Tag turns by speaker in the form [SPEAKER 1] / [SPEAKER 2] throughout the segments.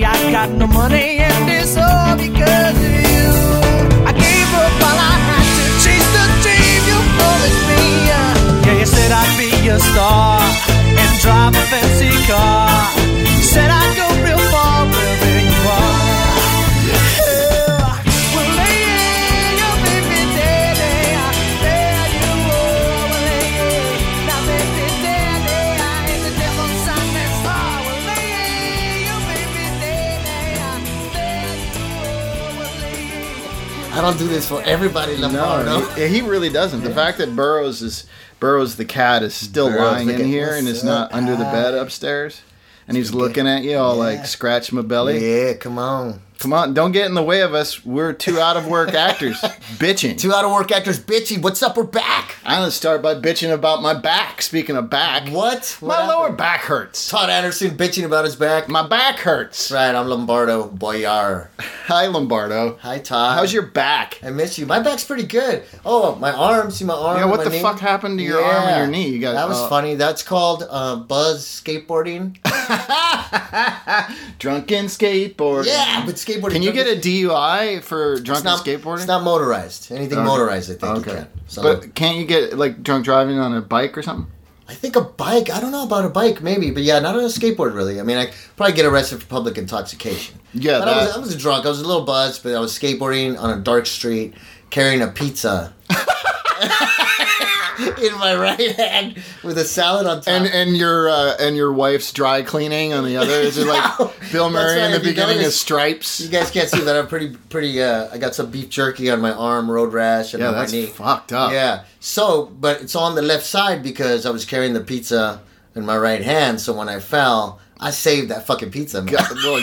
[SPEAKER 1] uh. got no money and it's all because of you. I gave up all I had to chase the dream you promised me. uh. Yeah, you said I'd be a star and drive a fancy car. You said I'd go real far wherever you are. Yeah. Well, lady, you made me dizzy. There you are, well, lady. Now make me dizzy. In the devil's sign and star. Well, lady, you made me dizzy. There you are, well, lady.
[SPEAKER 2] I don't do this for everybody, LaFaro.
[SPEAKER 3] Oh, No, he, he really doesn't. The fact that Burroughs is Burroughs the cat is still
[SPEAKER 2] Burroughs
[SPEAKER 3] lying
[SPEAKER 2] the
[SPEAKER 3] in
[SPEAKER 2] cat.
[SPEAKER 3] here and
[SPEAKER 2] What's
[SPEAKER 3] is not
[SPEAKER 2] up,
[SPEAKER 3] under the
[SPEAKER 2] Al?
[SPEAKER 3] bed upstairs, and he's looking at you all
[SPEAKER 2] Yeah.
[SPEAKER 3] like scratch my belly.
[SPEAKER 2] Yeah, come on.
[SPEAKER 3] Come on, don't get in the way of us. We're two out of work actors bitching.
[SPEAKER 2] Two out of work actors bitchy. What's up? We're back.
[SPEAKER 3] I'm gonna start by bitching about my back. Speaking of back,
[SPEAKER 2] What?
[SPEAKER 3] My
[SPEAKER 2] What
[SPEAKER 3] lower
[SPEAKER 2] happened?
[SPEAKER 3] back hurts.
[SPEAKER 2] Todd Anderson bitching about his back.
[SPEAKER 3] My back hurts.
[SPEAKER 2] Right, I'm Lombardo Boyar.
[SPEAKER 3] Hi, Lombardo.
[SPEAKER 2] Hi, Todd.
[SPEAKER 3] How's your back?
[SPEAKER 2] I miss you. My back's pretty good. Oh, my arm. See my arm.
[SPEAKER 3] Yeah, what
[SPEAKER 2] my
[SPEAKER 3] the
[SPEAKER 2] knee?
[SPEAKER 3] fuck happened to your arm and
[SPEAKER 2] Yeah.
[SPEAKER 3] your knee? You got
[SPEAKER 2] that was
[SPEAKER 3] uh,
[SPEAKER 2] funny. That's called uh, buzz skateboarding.
[SPEAKER 3] drunken skateboarding.
[SPEAKER 2] yeah, but skateboarding.
[SPEAKER 3] Can you get a DUI for drunken
[SPEAKER 2] not
[SPEAKER 3] skateboarding?
[SPEAKER 2] It's not motorized. Anything
[SPEAKER 3] Okay.
[SPEAKER 2] motorized, I think
[SPEAKER 3] Okay.
[SPEAKER 2] you can. So
[SPEAKER 3] But can't you get like drunk driving on a bike or something?
[SPEAKER 2] I think a bike. I don't know about a bike, maybe, but yeah, not on a skateboard really. I mean, I probably get arrested for public intoxication.
[SPEAKER 3] Yeah,
[SPEAKER 2] but I, was,
[SPEAKER 3] that-
[SPEAKER 2] I was drunk. I was a little buzzed, but I was skateboarding on a dark street carrying a pizza in my right hand with a salad on top.
[SPEAKER 3] And and your uh, and your wife's dry cleaning on the other is it
[SPEAKER 2] No.
[SPEAKER 3] like Bill Murray
[SPEAKER 2] That's right,
[SPEAKER 3] in the
[SPEAKER 2] if you
[SPEAKER 3] beginning of
[SPEAKER 2] notice-
[SPEAKER 3] Stripes?
[SPEAKER 2] you guys can't see that I'm pretty, pretty. Uh, I got some beef jerky on my arm, road rash, and
[SPEAKER 3] Yeah,
[SPEAKER 2] on my
[SPEAKER 3] that's
[SPEAKER 2] knee.
[SPEAKER 3] fucked up.
[SPEAKER 2] Yeah. So, but it's on the left side because I was carrying the pizza in my right hand. So when I fell, I saved that fucking pizza. Man.
[SPEAKER 3] Got- well,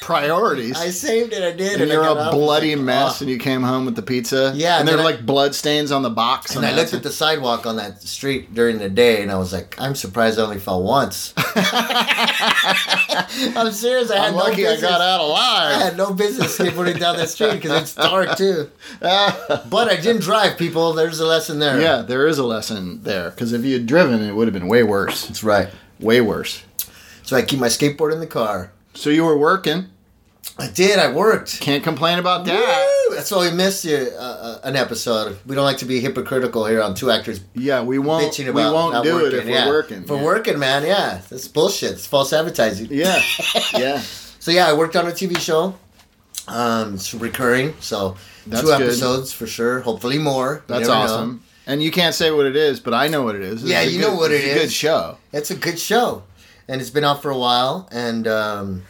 [SPEAKER 3] priorities.
[SPEAKER 2] I saved it. I did.
[SPEAKER 3] and
[SPEAKER 2] I
[SPEAKER 3] you're
[SPEAKER 2] got up,
[SPEAKER 3] a
[SPEAKER 2] I was
[SPEAKER 3] bloody
[SPEAKER 2] like,
[SPEAKER 3] mess,
[SPEAKER 2] "Oh."
[SPEAKER 3] and you came home with the pizza.
[SPEAKER 2] Yeah,
[SPEAKER 3] and
[SPEAKER 2] and
[SPEAKER 3] there were
[SPEAKER 2] then I-
[SPEAKER 3] like blood stains on the box.
[SPEAKER 2] And I looked at the sidewalk on that street during the day, and I was like, "I'm surprised I only fell once." I'm serious. I had
[SPEAKER 3] I'm
[SPEAKER 2] no
[SPEAKER 3] lucky I
[SPEAKER 2] business.
[SPEAKER 3] got out
[SPEAKER 2] I
[SPEAKER 3] alive.
[SPEAKER 2] had no business skateboarding down that street because it's dark too. but I didn't drive, people. There's a lesson there.
[SPEAKER 3] Yeah, there is a lesson there because if you had driven, it would have been way worse.
[SPEAKER 2] that's right.
[SPEAKER 3] Way worse.
[SPEAKER 2] So I keep my skateboard in the car.
[SPEAKER 3] So you were working.
[SPEAKER 2] I did. I worked.
[SPEAKER 3] Can't complain about that.
[SPEAKER 2] Woo! That's why we missed you, uh, uh, an episode. We don't like to be hypocritical here on two actors
[SPEAKER 3] Yeah, we won't.
[SPEAKER 2] bitching
[SPEAKER 3] We
[SPEAKER 2] about
[SPEAKER 3] won't
[SPEAKER 2] not
[SPEAKER 3] do
[SPEAKER 2] working.
[SPEAKER 3] it if
[SPEAKER 2] yeah.
[SPEAKER 3] we're working.
[SPEAKER 2] If we're
[SPEAKER 3] yeah.
[SPEAKER 2] working, man, yeah, that's bullshit. It's false advertising.
[SPEAKER 3] Yeah, yeah.
[SPEAKER 2] So yeah, I worked on a TV show. Um, it's recurring, so
[SPEAKER 3] That's
[SPEAKER 2] two
[SPEAKER 3] good.
[SPEAKER 2] episodes for sure. Hopefully more. You
[SPEAKER 3] That's
[SPEAKER 2] never know.
[SPEAKER 3] awesome. And you can't say what it is, but I know what it is. This
[SPEAKER 2] Yeah,
[SPEAKER 3] is a
[SPEAKER 2] you
[SPEAKER 3] good-
[SPEAKER 2] know what
[SPEAKER 3] it's
[SPEAKER 2] it
[SPEAKER 3] a Good
[SPEAKER 2] is.
[SPEAKER 3] show.
[SPEAKER 2] It's a good show, and it's been out for a while. And um,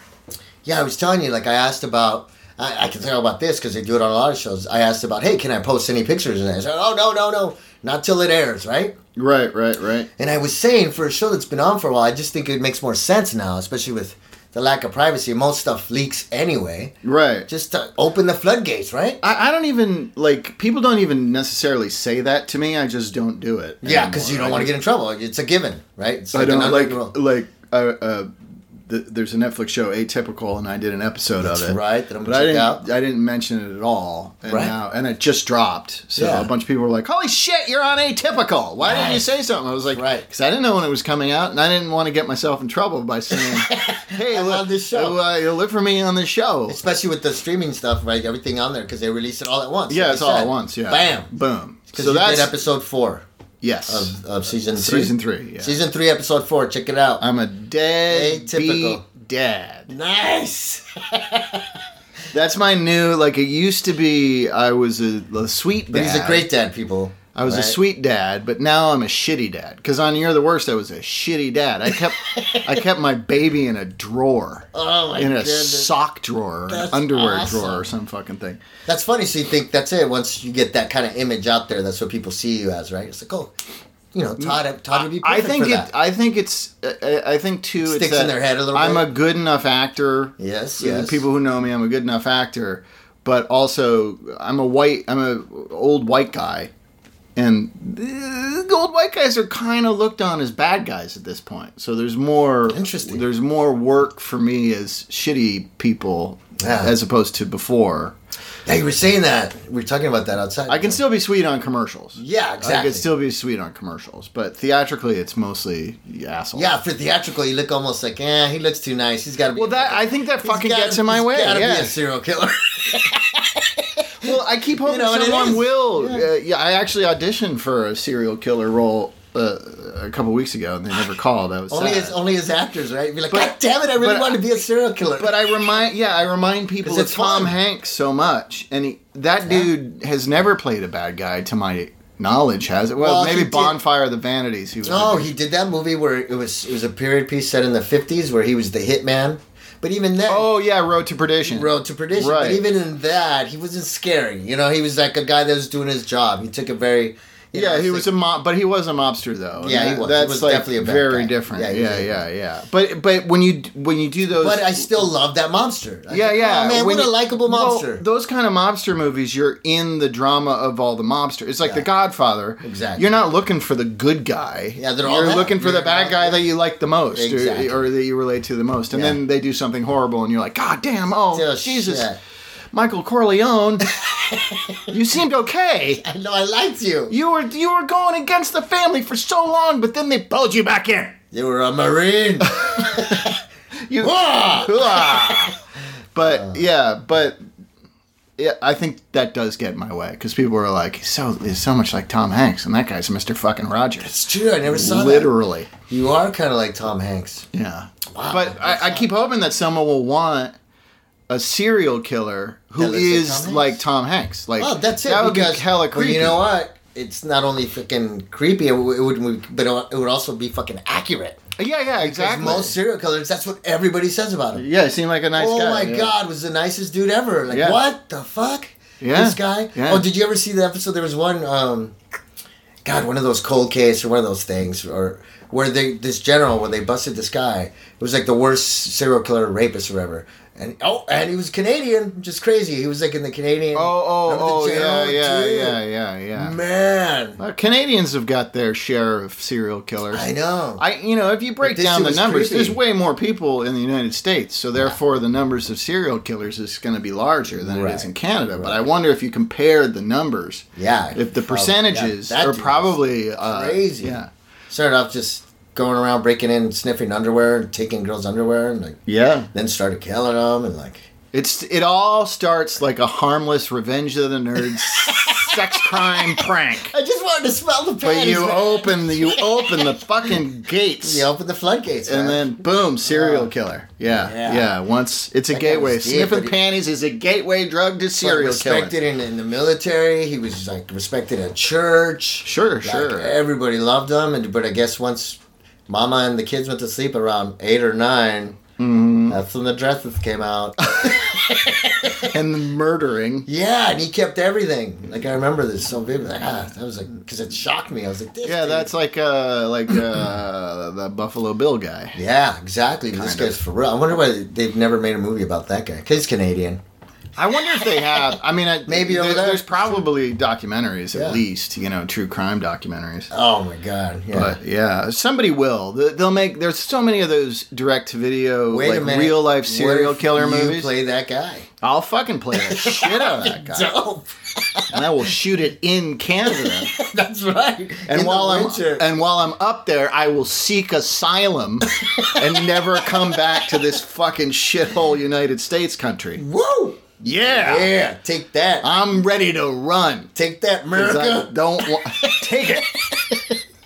[SPEAKER 2] yeah, I was telling you, like I asked about. I, I can tell about this because they do it on a lot of shows. I asked about, hey, can I post any pictures? And I said, oh no, no, no, not till it airs, right?
[SPEAKER 3] Right, right, right.
[SPEAKER 2] And I was saying for a show that's been on for a while, I just think it makes more sense now, especially with the lack of privacy. Most stuff leaks anyway.
[SPEAKER 3] Right.
[SPEAKER 2] Just to open the floodgates, right?
[SPEAKER 3] I, I don't even like people don't even necessarily say that to me. I just don't do it.
[SPEAKER 2] Yeah, because you
[SPEAKER 3] anymore.
[SPEAKER 2] don't
[SPEAKER 3] I
[SPEAKER 2] want to
[SPEAKER 3] just-
[SPEAKER 2] get in trouble. It's a given, right? It's
[SPEAKER 3] I
[SPEAKER 2] an
[SPEAKER 3] don't like
[SPEAKER 2] unwritten rule.
[SPEAKER 3] like uh, uh, th- there's a Netflix show Atypical, and I did an episode
[SPEAKER 2] That's
[SPEAKER 3] of it.
[SPEAKER 2] right, that I'm gonna
[SPEAKER 3] but I
[SPEAKER 2] check
[SPEAKER 3] didn't.
[SPEAKER 2] out.
[SPEAKER 3] I didn't mention it at all. And
[SPEAKER 2] Right.
[SPEAKER 3] now, and it just dropped. So
[SPEAKER 2] Yeah.
[SPEAKER 3] a bunch of people were like, "Holy shit, you're on Atypical! Why didn't you
[SPEAKER 2] Right.
[SPEAKER 3] say something?" I was like,
[SPEAKER 2] Right.
[SPEAKER 3] because I didn't know when it was coming out, and I didn't want to get myself in trouble by saying, "Hey,
[SPEAKER 2] I'm
[SPEAKER 3] look,
[SPEAKER 2] on this show."
[SPEAKER 3] uh, uh, look for me on this show."
[SPEAKER 2] Especially with the streaming stuff, right? Everything on there because they release it all at once.
[SPEAKER 3] yeah,
[SPEAKER 2] like
[SPEAKER 3] it's
[SPEAKER 2] you
[SPEAKER 3] all
[SPEAKER 2] said.
[SPEAKER 3] at once. Yeah,
[SPEAKER 2] Bam.
[SPEAKER 3] boom.
[SPEAKER 2] Because
[SPEAKER 3] So
[SPEAKER 2] you
[SPEAKER 3] that's
[SPEAKER 2] did episode four
[SPEAKER 3] yes,
[SPEAKER 2] of, of season three.
[SPEAKER 3] season three. Yeah.
[SPEAKER 2] Season three, episode four. Check it out.
[SPEAKER 3] I'm a dead
[SPEAKER 2] Atypical.
[SPEAKER 3] beat dad.
[SPEAKER 2] nice.
[SPEAKER 3] That's my new like. It used to be I was a, a sweet dad.
[SPEAKER 2] But he's a great dad, people.
[SPEAKER 3] I was a
[SPEAKER 2] right?
[SPEAKER 3] sweet dad, but now I'm a shitty dad. Because on You're the Worst, I was a shitty dad. I kept I kept my baby in a drawer,
[SPEAKER 2] Oh my
[SPEAKER 3] in a
[SPEAKER 2] goodness.
[SPEAKER 3] sock drawer, or an
[SPEAKER 2] That's
[SPEAKER 3] underwear
[SPEAKER 2] awesome.
[SPEAKER 3] drawer, or some fucking thing.
[SPEAKER 2] that's funny. So you think that's it? Once you get that kind of image out there, that's what people see you as, right? It's like, oh, you know, Todd. Todd would be
[SPEAKER 3] Mm, I
[SPEAKER 2] perfect
[SPEAKER 3] think
[SPEAKER 2] for
[SPEAKER 3] it.
[SPEAKER 2] that.
[SPEAKER 3] I think it's. I, I think too. it's
[SPEAKER 2] Sticks in
[SPEAKER 3] that
[SPEAKER 2] their head a little
[SPEAKER 3] I'm
[SPEAKER 2] bit.
[SPEAKER 3] a good enough actor.
[SPEAKER 2] Yes,
[SPEAKER 3] The
[SPEAKER 2] yes.
[SPEAKER 3] People who know me, I'm a good enough actor. But also, I'm a white. I'm a old white guy, and the old white guys are kind of looked on as bad guys at this point. So there's more.
[SPEAKER 2] Interesting.
[SPEAKER 3] There's more work for me as shitty people
[SPEAKER 2] Yeah.
[SPEAKER 3] as opposed to before.
[SPEAKER 2] Yeah, you were saying that. We were talking about that outside.
[SPEAKER 3] I can still be sweet on commercials.
[SPEAKER 2] Yeah,
[SPEAKER 3] I
[SPEAKER 2] exactly.
[SPEAKER 3] can still be sweet on commercials, but theatrically, it's mostly asshole.
[SPEAKER 2] Yeah, for theatrical, you look almost like, eh, he looks too nice. He's got to be.
[SPEAKER 3] Well, that I think that
[SPEAKER 2] he's
[SPEAKER 3] fucking
[SPEAKER 2] gotta-
[SPEAKER 3] gets in my
[SPEAKER 2] he's
[SPEAKER 3] way.
[SPEAKER 2] Gotta
[SPEAKER 3] yeah.
[SPEAKER 2] be a serial killer.
[SPEAKER 3] Well, I keep hoping
[SPEAKER 2] You know, and it
[SPEAKER 3] someone
[SPEAKER 2] is.
[SPEAKER 3] will.
[SPEAKER 2] Yeah.
[SPEAKER 3] Yeah. Uh, yeah, I actually auditioned for a serial killer role uh, a couple weeks ago, and they never called. I was
[SPEAKER 2] only
[SPEAKER 3] sad.
[SPEAKER 2] as only as actors, right? You'd be like,
[SPEAKER 3] But-
[SPEAKER 2] God damn it! I really
[SPEAKER 3] but-
[SPEAKER 2] want to be a serial killer.
[SPEAKER 3] but I remind, yeah, I remind people
[SPEAKER 2] 'Cause
[SPEAKER 3] of
[SPEAKER 2] it's
[SPEAKER 3] Tom
[SPEAKER 2] fun.
[SPEAKER 3] Hanks so much, and he, that dude has never played a bad guy to my knowledge, has it? Well,
[SPEAKER 2] Well, he
[SPEAKER 3] maybe
[SPEAKER 2] did-
[SPEAKER 3] Bonfire of the Vanities. He was
[SPEAKER 2] No,
[SPEAKER 3] a-
[SPEAKER 2] he did that movie where it was it was a period piece set in the fifties where he was the hitman. But even then,
[SPEAKER 3] Oh yeah, Road to Perdition.
[SPEAKER 2] Road to Perdition.
[SPEAKER 3] Right.
[SPEAKER 2] But even in that, he wasn't scary. You know, he was like a guy that was doing his job. He took it very. you
[SPEAKER 3] Yeah,
[SPEAKER 2] know,
[SPEAKER 3] he
[SPEAKER 2] it's
[SPEAKER 3] was
[SPEAKER 2] like-
[SPEAKER 3] a mob, but he was a mobster though.
[SPEAKER 2] Yeah, he
[SPEAKER 3] That-
[SPEAKER 2] was. He
[SPEAKER 3] That's
[SPEAKER 2] was
[SPEAKER 3] like
[SPEAKER 2] definitely a bad
[SPEAKER 3] very
[SPEAKER 2] guy.
[SPEAKER 3] different.
[SPEAKER 2] Yeah,
[SPEAKER 3] Yeah,
[SPEAKER 2] he was
[SPEAKER 3] yeah,
[SPEAKER 2] a-
[SPEAKER 3] yeah, But but when you when you do those,
[SPEAKER 2] But I still love that monster. I
[SPEAKER 3] yeah,
[SPEAKER 2] think,
[SPEAKER 3] yeah,
[SPEAKER 2] Oh, man,
[SPEAKER 3] when
[SPEAKER 2] what a
[SPEAKER 3] you-
[SPEAKER 2] likable
[SPEAKER 3] well,
[SPEAKER 2] monster.
[SPEAKER 3] those kind of mobster movies, you're in the drama of all the mobsters. It's like The Godfather.
[SPEAKER 2] Exactly.
[SPEAKER 3] You're not looking for the good guy.
[SPEAKER 2] Yeah, they're all
[SPEAKER 3] You're
[SPEAKER 2] that.
[SPEAKER 3] looking for the
[SPEAKER 2] You're
[SPEAKER 3] bad
[SPEAKER 2] not-
[SPEAKER 3] guy that you like the most, or-
[SPEAKER 2] Exactly.
[SPEAKER 3] or, that you relate to the most. And
[SPEAKER 2] Yeah.
[SPEAKER 3] then they do something horrible, and you're like, God damn! Oh,
[SPEAKER 2] Still,
[SPEAKER 3] Jesus,
[SPEAKER 2] shit.
[SPEAKER 3] Michael Corleone, you seemed okay.
[SPEAKER 2] I know I liked you.
[SPEAKER 3] You were you were going against the family for so long, but then they pulled you back in.
[SPEAKER 2] You were a marine.
[SPEAKER 3] You,
[SPEAKER 2] Ah!
[SPEAKER 3] but
[SPEAKER 2] Uh.
[SPEAKER 3] yeah, but yeah, I think that does get in my way because people are like, he's so he's so much like Tom Hanks, and that guy's Mister Fucking Rogers,
[SPEAKER 2] it's true. I never saw
[SPEAKER 3] literally.
[SPEAKER 2] that. You are kind of like Tom Hanks.
[SPEAKER 3] Yeah,
[SPEAKER 2] Wow,
[SPEAKER 3] but
[SPEAKER 2] Ah, that's
[SPEAKER 3] I, I keep hoping that someone will want a serial killer
[SPEAKER 2] That
[SPEAKER 3] who
[SPEAKER 2] looks like Tom
[SPEAKER 3] is
[SPEAKER 2] Hanks?
[SPEAKER 3] like Tom Hanks. Like,
[SPEAKER 2] Well, that's it.
[SPEAKER 3] That would be
[SPEAKER 2] because-
[SPEAKER 3] hella
[SPEAKER 2] well,
[SPEAKER 3] creepy.
[SPEAKER 2] you know what? It's not only fucking creepy, it, w- it would, but it would also be fucking accurate.
[SPEAKER 3] Yeah, yeah, exactly.
[SPEAKER 2] Most serial killers, that's what everybody says about him.
[SPEAKER 3] yeah, it seemed like a nice
[SPEAKER 2] oh
[SPEAKER 3] guy.
[SPEAKER 2] my
[SPEAKER 3] yeah.
[SPEAKER 2] god, was the nicest dude ever. Like
[SPEAKER 3] Yeah.
[SPEAKER 2] what the fuck?
[SPEAKER 3] Yeah.
[SPEAKER 2] This guy.
[SPEAKER 3] Yeah.
[SPEAKER 2] Oh, did you ever see the episode? There was one. um God, one of those cold case or one of those things, or where they this general where they busted this guy. It was like the worst serial killer rapist or whatever. And oh, and he was Canadian, just crazy. He was like in the Canadian.
[SPEAKER 3] Oh, oh,
[SPEAKER 2] Remember the
[SPEAKER 3] oh,
[SPEAKER 2] general,
[SPEAKER 3] yeah, yeah,
[SPEAKER 2] dude?
[SPEAKER 3] yeah, yeah, yeah.
[SPEAKER 2] Man,
[SPEAKER 3] Well, Canadians have got their share of serial killers.
[SPEAKER 2] I know.
[SPEAKER 3] I, you know, if you break
[SPEAKER 2] But this
[SPEAKER 3] down the
[SPEAKER 2] was
[SPEAKER 3] numbers,
[SPEAKER 2] creepy.
[SPEAKER 3] there's way more people in the United States, so therefore the numbers of serial killers is going to be larger than it is
[SPEAKER 2] Right.
[SPEAKER 3] in Canada. But I wonder if you compared the numbers,
[SPEAKER 2] yeah.
[SPEAKER 3] if the
[SPEAKER 2] probably-
[SPEAKER 3] percentages
[SPEAKER 2] yeah, that
[SPEAKER 3] are
[SPEAKER 2] dude was
[SPEAKER 3] probably uh,
[SPEAKER 2] crazy.
[SPEAKER 3] Yeah,
[SPEAKER 2] started off just going around breaking in, sniffing underwear, and taking girls' underwear, and like
[SPEAKER 3] yeah.
[SPEAKER 2] then started killing them and like
[SPEAKER 3] It's it all starts like a harmless Revenge of the Nerds sex crime prank,
[SPEAKER 2] I just wanted to smell the
[SPEAKER 3] but
[SPEAKER 2] panties.
[SPEAKER 3] you
[SPEAKER 2] man.
[SPEAKER 3] open the, you open the fucking gates.
[SPEAKER 2] You open the floodgates,
[SPEAKER 3] and
[SPEAKER 2] man.
[SPEAKER 3] then boom, serial
[SPEAKER 2] Yeah.
[SPEAKER 3] killer. Yeah, yeah.
[SPEAKER 2] Yeah.
[SPEAKER 3] Once it's a
[SPEAKER 2] That guy
[SPEAKER 3] gateway.
[SPEAKER 2] was deep,
[SPEAKER 3] Sniffing
[SPEAKER 2] but he-
[SPEAKER 3] panties is a gateway drug to
[SPEAKER 2] But
[SPEAKER 3] serial killing.
[SPEAKER 2] respected in, in the military. He was like respected at church.
[SPEAKER 3] Sure,
[SPEAKER 2] Like,
[SPEAKER 3] sure.
[SPEAKER 2] Everybody loved him, and but I guess once Mama and the kids went to sleep around eight or 9
[SPEAKER 3] Mm-hmm.
[SPEAKER 2] that's when the dresses came out.
[SPEAKER 3] and the murdering.
[SPEAKER 2] yeah, and he kept everything. Like I remember this so vivid. Like, ah, that was like because it shocked me. I was like, this
[SPEAKER 3] Yeah,
[SPEAKER 2] dude-
[SPEAKER 3] that's like uh like uh the Buffalo Bill guy.
[SPEAKER 2] Yeah, exactly. But this
[SPEAKER 3] Kind of.
[SPEAKER 2] guy's for real. I wonder why they've never made a movie about that guy. 'Cause he's Canadian.
[SPEAKER 3] I wonder if they have. I mean, I,
[SPEAKER 2] Maybe over there.
[SPEAKER 3] there's probably documentaries
[SPEAKER 2] Yeah.
[SPEAKER 3] at least, you know, true crime documentaries.
[SPEAKER 2] Oh my god. Yeah.
[SPEAKER 3] But yeah, somebody will. Th- They'll make. There's so many of those direct to video,
[SPEAKER 2] Wait
[SPEAKER 3] like
[SPEAKER 2] a minute.
[SPEAKER 3] real life serial
[SPEAKER 2] What if
[SPEAKER 3] killer
[SPEAKER 2] you
[SPEAKER 3] movies.
[SPEAKER 2] Play that guy.
[SPEAKER 3] I'll fucking play the shit out of that guy,
[SPEAKER 2] Dope.
[SPEAKER 3] and I will shoot it in Canada.
[SPEAKER 2] That's right.
[SPEAKER 3] And
[SPEAKER 2] In
[SPEAKER 3] while
[SPEAKER 2] the
[SPEAKER 3] I'm
[SPEAKER 2] winter.
[SPEAKER 3] and while I'm up there, I will seek asylum and never come back to this fucking shithole United States country.
[SPEAKER 2] woo.
[SPEAKER 3] Yeah, Uh,
[SPEAKER 2] Yeah. Take that.
[SPEAKER 3] I'm ready to run.
[SPEAKER 2] take that,
[SPEAKER 3] 'Cause I
[SPEAKER 2] America.
[SPEAKER 3] don't want take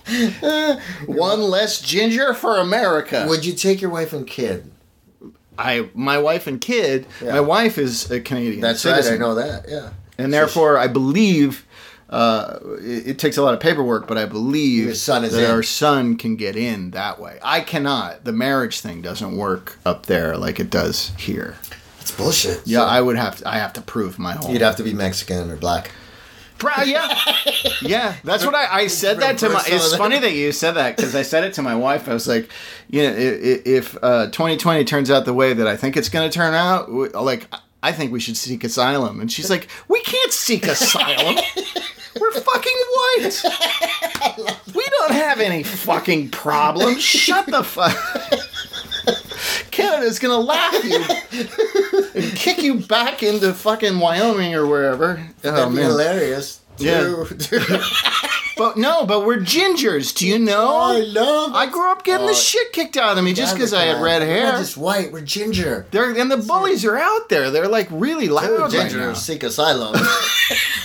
[SPEAKER 3] it. One less ginger for America.
[SPEAKER 2] Would you take your wife and kid?
[SPEAKER 3] I, my wife and kid.
[SPEAKER 2] Yeah.
[SPEAKER 3] My wife is a Canadian.
[SPEAKER 2] That's
[SPEAKER 3] citizen.
[SPEAKER 2] right. I know that. Yeah.
[SPEAKER 3] and therefore I believe uh, it, it takes a lot of paperwork, but I believe
[SPEAKER 2] Your son is
[SPEAKER 3] that
[SPEAKER 2] in.
[SPEAKER 3] our son can get in that way. I cannot. The marriage thing doesn't work up there like it does here.
[SPEAKER 2] It's bullshit.
[SPEAKER 3] Yeah, I would have to. I have to prove my whole.
[SPEAKER 2] You'd have to be Mexican or black.
[SPEAKER 3] Pro- yeah, yeah. That's what I, I said that to my.
[SPEAKER 2] Reverse some of
[SPEAKER 3] It's
[SPEAKER 2] that.
[SPEAKER 3] funny that you said that because I said it to my wife. I was like, you know, i- i- if uh, 2020 turns out the way that I think it's going to turn out, w- like I think we should seek asylum. And she's like, we can't seek asylum. We're fucking white. We don't have any fucking problems. Shut the fuck. Can Canada's gonna laugh you and kick you back into fucking Wyoming or wherever. Oh
[SPEAKER 2] That'd be
[SPEAKER 3] man!
[SPEAKER 2] hilarious.
[SPEAKER 3] Yeah.
[SPEAKER 2] Dude.
[SPEAKER 3] But no, but we're gingers. Do you
[SPEAKER 2] I
[SPEAKER 3] know?
[SPEAKER 2] love
[SPEAKER 3] I grew up getting the
[SPEAKER 2] Oh.
[SPEAKER 3] shit kicked out of me just because I had red
[SPEAKER 2] We're
[SPEAKER 3] hair.
[SPEAKER 2] not just white. We're ginger.
[SPEAKER 3] They're, and the bullies are out there. They're like really
[SPEAKER 2] Two
[SPEAKER 3] loud right
[SPEAKER 2] gingers
[SPEAKER 3] now.
[SPEAKER 2] seek asylum.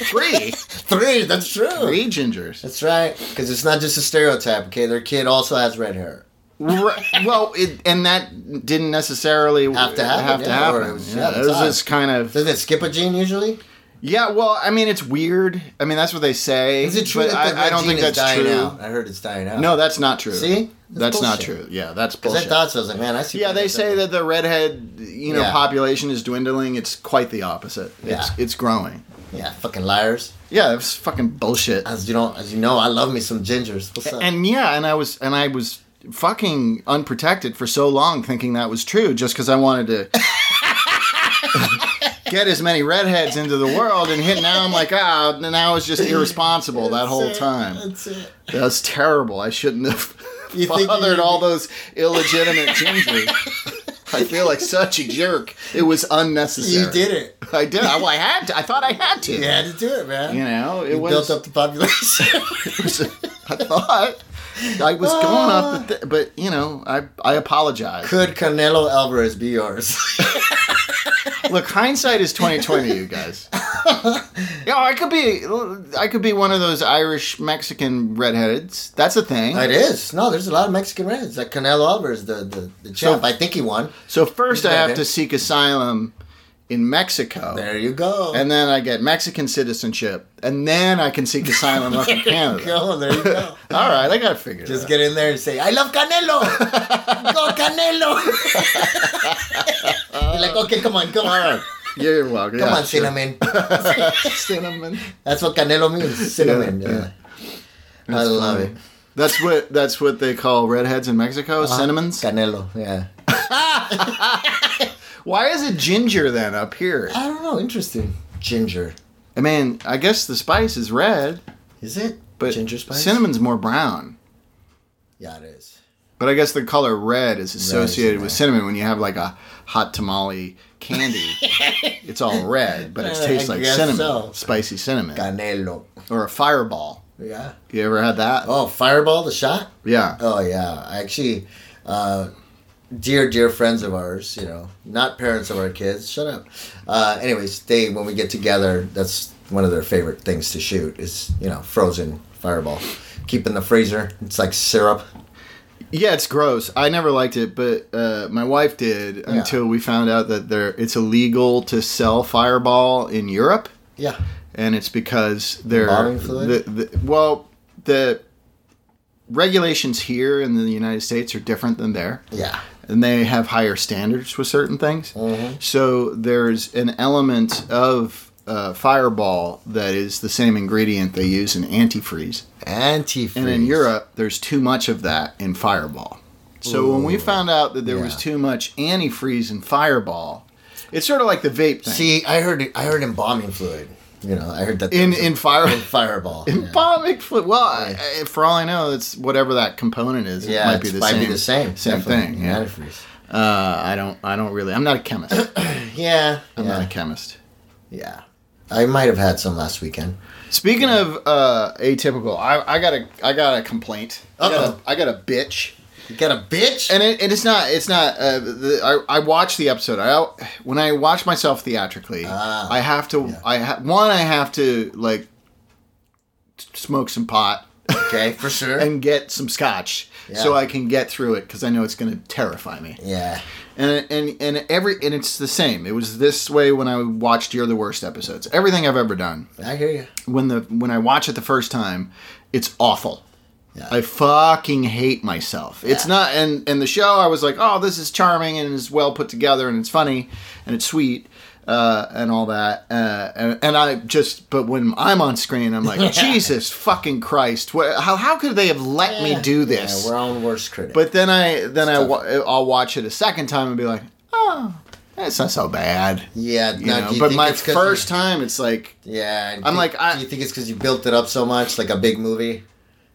[SPEAKER 3] Three,
[SPEAKER 2] Three. That's true.
[SPEAKER 3] three gingers.
[SPEAKER 2] That's right. Because it's not just a stereotype. Okay, their kid also has red hair.
[SPEAKER 3] Right. Well, it, and that didn't necessarily
[SPEAKER 2] Have to happen,
[SPEAKER 3] Have to
[SPEAKER 2] yeah, or
[SPEAKER 3] happen.
[SPEAKER 2] it was-
[SPEAKER 3] yeah,
[SPEAKER 2] yeah,
[SPEAKER 3] it was
[SPEAKER 2] it's odd.
[SPEAKER 3] just kind of
[SPEAKER 2] Doesn't it skip a gene usually?
[SPEAKER 3] Yeah, well, I mean, it's weird. I mean, that's what they say.
[SPEAKER 2] Is it true
[SPEAKER 3] but
[SPEAKER 2] that the
[SPEAKER 3] I, I
[SPEAKER 2] red
[SPEAKER 3] don't
[SPEAKER 2] gene
[SPEAKER 3] think
[SPEAKER 2] is
[SPEAKER 3] that's
[SPEAKER 2] dying
[SPEAKER 3] true.
[SPEAKER 2] out? I heard it's dying out.
[SPEAKER 3] No, that's not true.
[SPEAKER 2] See?
[SPEAKER 3] That's, not
[SPEAKER 2] bullshit.
[SPEAKER 3] true. Yeah, that's
[SPEAKER 2] 'Cause
[SPEAKER 3] bullshit.
[SPEAKER 2] I thought so. I was like, man, I see.
[SPEAKER 3] yeah, they
[SPEAKER 2] people
[SPEAKER 3] say that the redhead, you know,
[SPEAKER 2] Yeah.
[SPEAKER 3] population is dwindling. It's quite the opposite. It's
[SPEAKER 2] Yeah.
[SPEAKER 3] it's growing.
[SPEAKER 2] Yeah, fucking liars.
[SPEAKER 3] Yeah, it's fucking bullshit.
[SPEAKER 2] As you know, as you know, I love me some gingers. What's up?
[SPEAKER 3] And yeah, and I was and I was fucking unprotected for so long thinking that was true just cuz I wanted to get as many redheads into the world and hit now I'm like, ah, now it's just irresponsible that whole
[SPEAKER 2] That's it.
[SPEAKER 3] time.
[SPEAKER 2] That's it.
[SPEAKER 3] That's terrible. I shouldn't have
[SPEAKER 2] You think you-
[SPEAKER 3] fathered all those illegitimate gingers. I feel like such a jerk. It was unnecessary.
[SPEAKER 2] You did it.
[SPEAKER 3] I did. I, well, I had to. I thought I had to.
[SPEAKER 2] You had to do it, man.
[SPEAKER 3] You know, it
[SPEAKER 2] you
[SPEAKER 3] was.
[SPEAKER 2] built up the population.
[SPEAKER 3] I thought I was going off, the th- but you know, I I apologize.
[SPEAKER 2] Could Canelo Alvarez be yours?
[SPEAKER 3] Look, hindsight is twenty twenty, you guys. Yeah, I could be, I could be one of those Irish Mexican redheads. That's a thing.
[SPEAKER 2] it is. No, there's a lot of Mexican reds. Like Canelo Alvarez, the the, the champ. I think he won.
[SPEAKER 3] So first, I
[SPEAKER 2] He's
[SPEAKER 3] have
[SPEAKER 2] redhead.
[SPEAKER 3] to seek asylum in Mexico.
[SPEAKER 2] There you go.
[SPEAKER 3] and then I get Mexican citizenship, and then I can seek asylum up in Canada.
[SPEAKER 2] go. There you go.
[SPEAKER 3] All right, I got to figure.
[SPEAKER 2] Just
[SPEAKER 3] Just
[SPEAKER 2] get in there and say, "I love Canelo." go Canelo. You're like, okay, come on, come
[SPEAKER 3] All
[SPEAKER 2] on,
[SPEAKER 3] right, you're welcome.
[SPEAKER 2] come
[SPEAKER 3] Yeah,
[SPEAKER 2] on,
[SPEAKER 3] sure.
[SPEAKER 2] cinnamon.
[SPEAKER 3] cinnamon.
[SPEAKER 2] That's what Canelo means, cinnamon.
[SPEAKER 3] Yeah,
[SPEAKER 2] Yeah,
[SPEAKER 3] yeah.
[SPEAKER 2] I love
[SPEAKER 3] funny.
[SPEAKER 2] it.
[SPEAKER 3] That's what that's what they call redheads in Mexico.
[SPEAKER 2] Uh-huh.
[SPEAKER 3] Cinnamons.
[SPEAKER 2] Canelo. Yeah.
[SPEAKER 3] Why is it ginger then up here?
[SPEAKER 2] I don't know. Interesting. Ginger.
[SPEAKER 3] I mean, I guess the spice is red,
[SPEAKER 2] Is it?
[SPEAKER 3] but
[SPEAKER 2] ginger spice.
[SPEAKER 3] cinnamon's more brown.
[SPEAKER 2] Yeah, it is.
[SPEAKER 3] But I guess the color red is associated with
[SPEAKER 2] yeah.
[SPEAKER 3] cinnamon. When you have like a hot tamale candy, it's all red, but it
[SPEAKER 2] Uh,
[SPEAKER 3] tastes
[SPEAKER 2] I
[SPEAKER 3] like
[SPEAKER 2] guess
[SPEAKER 3] cinnamon,
[SPEAKER 2] so.
[SPEAKER 3] spicy cinnamon,
[SPEAKER 2] Canelo.
[SPEAKER 3] or a fireball.
[SPEAKER 2] Yeah.
[SPEAKER 3] You ever had that?
[SPEAKER 2] Oh, fireball the shot.
[SPEAKER 3] Yeah.
[SPEAKER 2] Oh yeah, actually, uh, dear dear friends of ours, you know, not parents of our kids. Shut up. Uh, anyways, they when we get together, that's one of their favorite things to shoot is you know frozen fireball. Keep in the freezer. It's like syrup.
[SPEAKER 3] Yeah, it's gross. I never liked it, but uh, my wife did until we found out that there it's illegal to sell Fireball in Europe,
[SPEAKER 2] Yeah.
[SPEAKER 3] and it's because they're
[SPEAKER 2] Bombing fluid?
[SPEAKER 3] The, the, well the regulations here in the United States are different than there.
[SPEAKER 2] Yeah.
[SPEAKER 3] and they have higher standards with certain things. So there's an element of uh, Fireball that is the same ingredient they use in antifreeze.
[SPEAKER 2] Antifreeze.
[SPEAKER 3] And in Europe, there's too much of that in Fireball. So when we found out that there was
[SPEAKER 2] yeah.
[SPEAKER 3] too much antifreeze in Fireball, it's sort of like the vape thing.
[SPEAKER 2] See, I heard I heard embalming fluid. You know, I heard that
[SPEAKER 3] in
[SPEAKER 2] there was
[SPEAKER 3] in fire
[SPEAKER 2] a fireball.
[SPEAKER 3] in
[SPEAKER 2] yeah.
[SPEAKER 3] Balmic fluid. Well, I, I- for all I know, it's whatever that component is.
[SPEAKER 2] Yeah,
[SPEAKER 3] it might be the same.
[SPEAKER 2] same.
[SPEAKER 3] Same
[SPEAKER 2] definitely.
[SPEAKER 3] thing. Yeah.
[SPEAKER 2] Antifreeze.
[SPEAKER 3] Uh, I don't. I don't really. I'm not a chemist.
[SPEAKER 2] Yeah.
[SPEAKER 3] I'm
[SPEAKER 2] yeah.
[SPEAKER 3] not a chemist.
[SPEAKER 2] yeah. I might have had some last weekend.
[SPEAKER 3] Speaking of uh, atypical, I, I got a I got a complaint. I got
[SPEAKER 2] Uh-oh.
[SPEAKER 3] a, I got a bitch,
[SPEAKER 2] You got a bitch?
[SPEAKER 3] and it, and it's not it's not. Uh, the, I I watched the episode. I when I watch myself theatrically,
[SPEAKER 2] Ah,
[SPEAKER 3] I have to. I ha- one I have to like t- smoke some pot
[SPEAKER 2] okay, for sure.
[SPEAKER 3] and get some scotch so
[SPEAKER 2] Yeah.
[SPEAKER 3] I can get through it because I know it's going to terrify me.
[SPEAKER 2] yeah.
[SPEAKER 3] and and and every and it's the same. It was this way when I watched You're the Worst episodes. Everything I've ever done.
[SPEAKER 2] I hear you.
[SPEAKER 3] when the when I watch it the first time, it's awful.
[SPEAKER 2] Yeah.
[SPEAKER 3] I fucking hate myself. It's not and and the show I was like, oh, this is charming and is well put together and it's funny and it's sweet. Uh, and all that, uh, and, and I just, but when I'm on screen, I'm like, Jesus fucking Christ! What, how, how could they have let me do this?
[SPEAKER 2] Yeah, we're our own worst critic.
[SPEAKER 3] But then I then I wa- I'll watch it a second time and be like, oh, that's not so bad.
[SPEAKER 2] yeah,
[SPEAKER 3] You
[SPEAKER 2] now,
[SPEAKER 3] know?
[SPEAKER 2] do you
[SPEAKER 3] But
[SPEAKER 2] think
[SPEAKER 3] my
[SPEAKER 2] it's 'cause
[SPEAKER 3] first time, it's like
[SPEAKER 2] You, yeah, do
[SPEAKER 3] I'm
[SPEAKER 2] you-
[SPEAKER 3] like, I-
[SPEAKER 2] do you think it's because you built it up so much, like a big movie?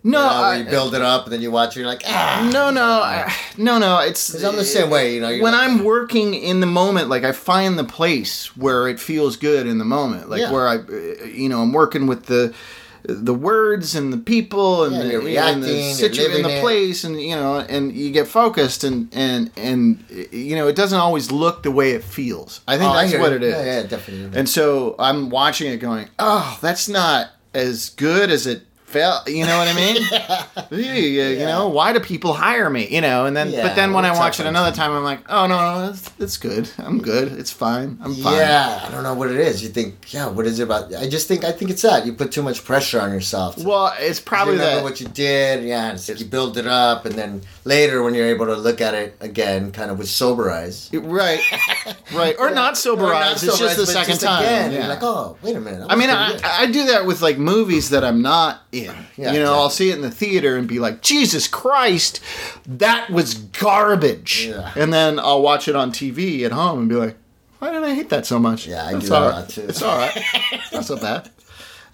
[SPEAKER 3] No,
[SPEAKER 2] You know, where
[SPEAKER 3] I-
[SPEAKER 2] you build it up and then you watch it. You're like, ah.
[SPEAKER 3] no, no, I, no, no. It's
[SPEAKER 2] Because I'm the same way. You know. You're
[SPEAKER 3] When
[SPEAKER 2] like,
[SPEAKER 3] I'm working in the moment, like I find the place where it feels good in the moment, like
[SPEAKER 2] Yeah.
[SPEAKER 3] where I, uh, you know, I'm working with the the words and the people and
[SPEAKER 2] Yeah,
[SPEAKER 3] the,
[SPEAKER 2] you're
[SPEAKER 3] and the
[SPEAKER 2] reacting, you're
[SPEAKER 3] situ- and
[SPEAKER 2] living
[SPEAKER 3] the
[SPEAKER 2] it.
[SPEAKER 3] place and you know and you get focused and and and you know it doesn't always look the way it feels. I think
[SPEAKER 2] oh, I
[SPEAKER 3] that's
[SPEAKER 2] hear
[SPEAKER 3] what
[SPEAKER 2] you.
[SPEAKER 3] it is.
[SPEAKER 2] Yeah, yeah, definitely.
[SPEAKER 3] And so I'm watching it going, oh, that's not as good as it felt. You know what I mean? yeah. You know, why do people hire me? You know, and then, but
[SPEAKER 2] Yeah,
[SPEAKER 3] then when I
[SPEAKER 2] it's
[SPEAKER 3] watch it
[SPEAKER 2] okay.
[SPEAKER 3] another time, I'm like, oh, no, no, it's, it's good. I'm good. It's fine. I'm fine.
[SPEAKER 2] Yeah, I don't know what it is. You think, yeah, what is it about? I just think, I think it's that you put too much pressure on yourself. to-
[SPEAKER 3] Well, it's probably
[SPEAKER 2] you remember
[SPEAKER 3] that.
[SPEAKER 2] what you did. Yeah, it's like you build it up, and then later when you're able to look at it again, kind of with sober eyes.
[SPEAKER 3] right. Right. Or not sober
[SPEAKER 2] Or not
[SPEAKER 3] eyes. It's
[SPEAKER 2] sober
[SPEAKER 3] just the
[SPEAKER 2] eyes, but
[SPEAKER 3] second time.
[SPEAKER 2] Again,
[SPEAKER 3] Yeah.
[SPEAKER 2] You're like, oh, wait a minute. that
[SPEAKER 3] I
[SPEAKER 2] was
[SPEAKER 3] mean,
[SPEAKER 2] pretty
[SPEAKER 3] I,
[SPEAKER 2] good."
[SPEAKER 3] I do that with like movies that I'm not in.
[SPEAKER 2] Yeah,
[SPEAKER 3] you know, I'll
[SPEAKER 2] exactly.
[SPEAKER 3] see it in the theater and be like, Jesus Christ, that was garbage.
[SPEAKER 2] Yeah.
[SPEAKER 3] And then I'll watch it on TV at home and be like, why did I hate that so much?
[SPEAKER 2] Yeah, I
[SPEAKER 3] That's
[SPEAKER 2] do that a
[SPEAKER 3] all right.
[SPEAKER 2] lot, too.
[SPEAKER 3] It's all right. Not so bad.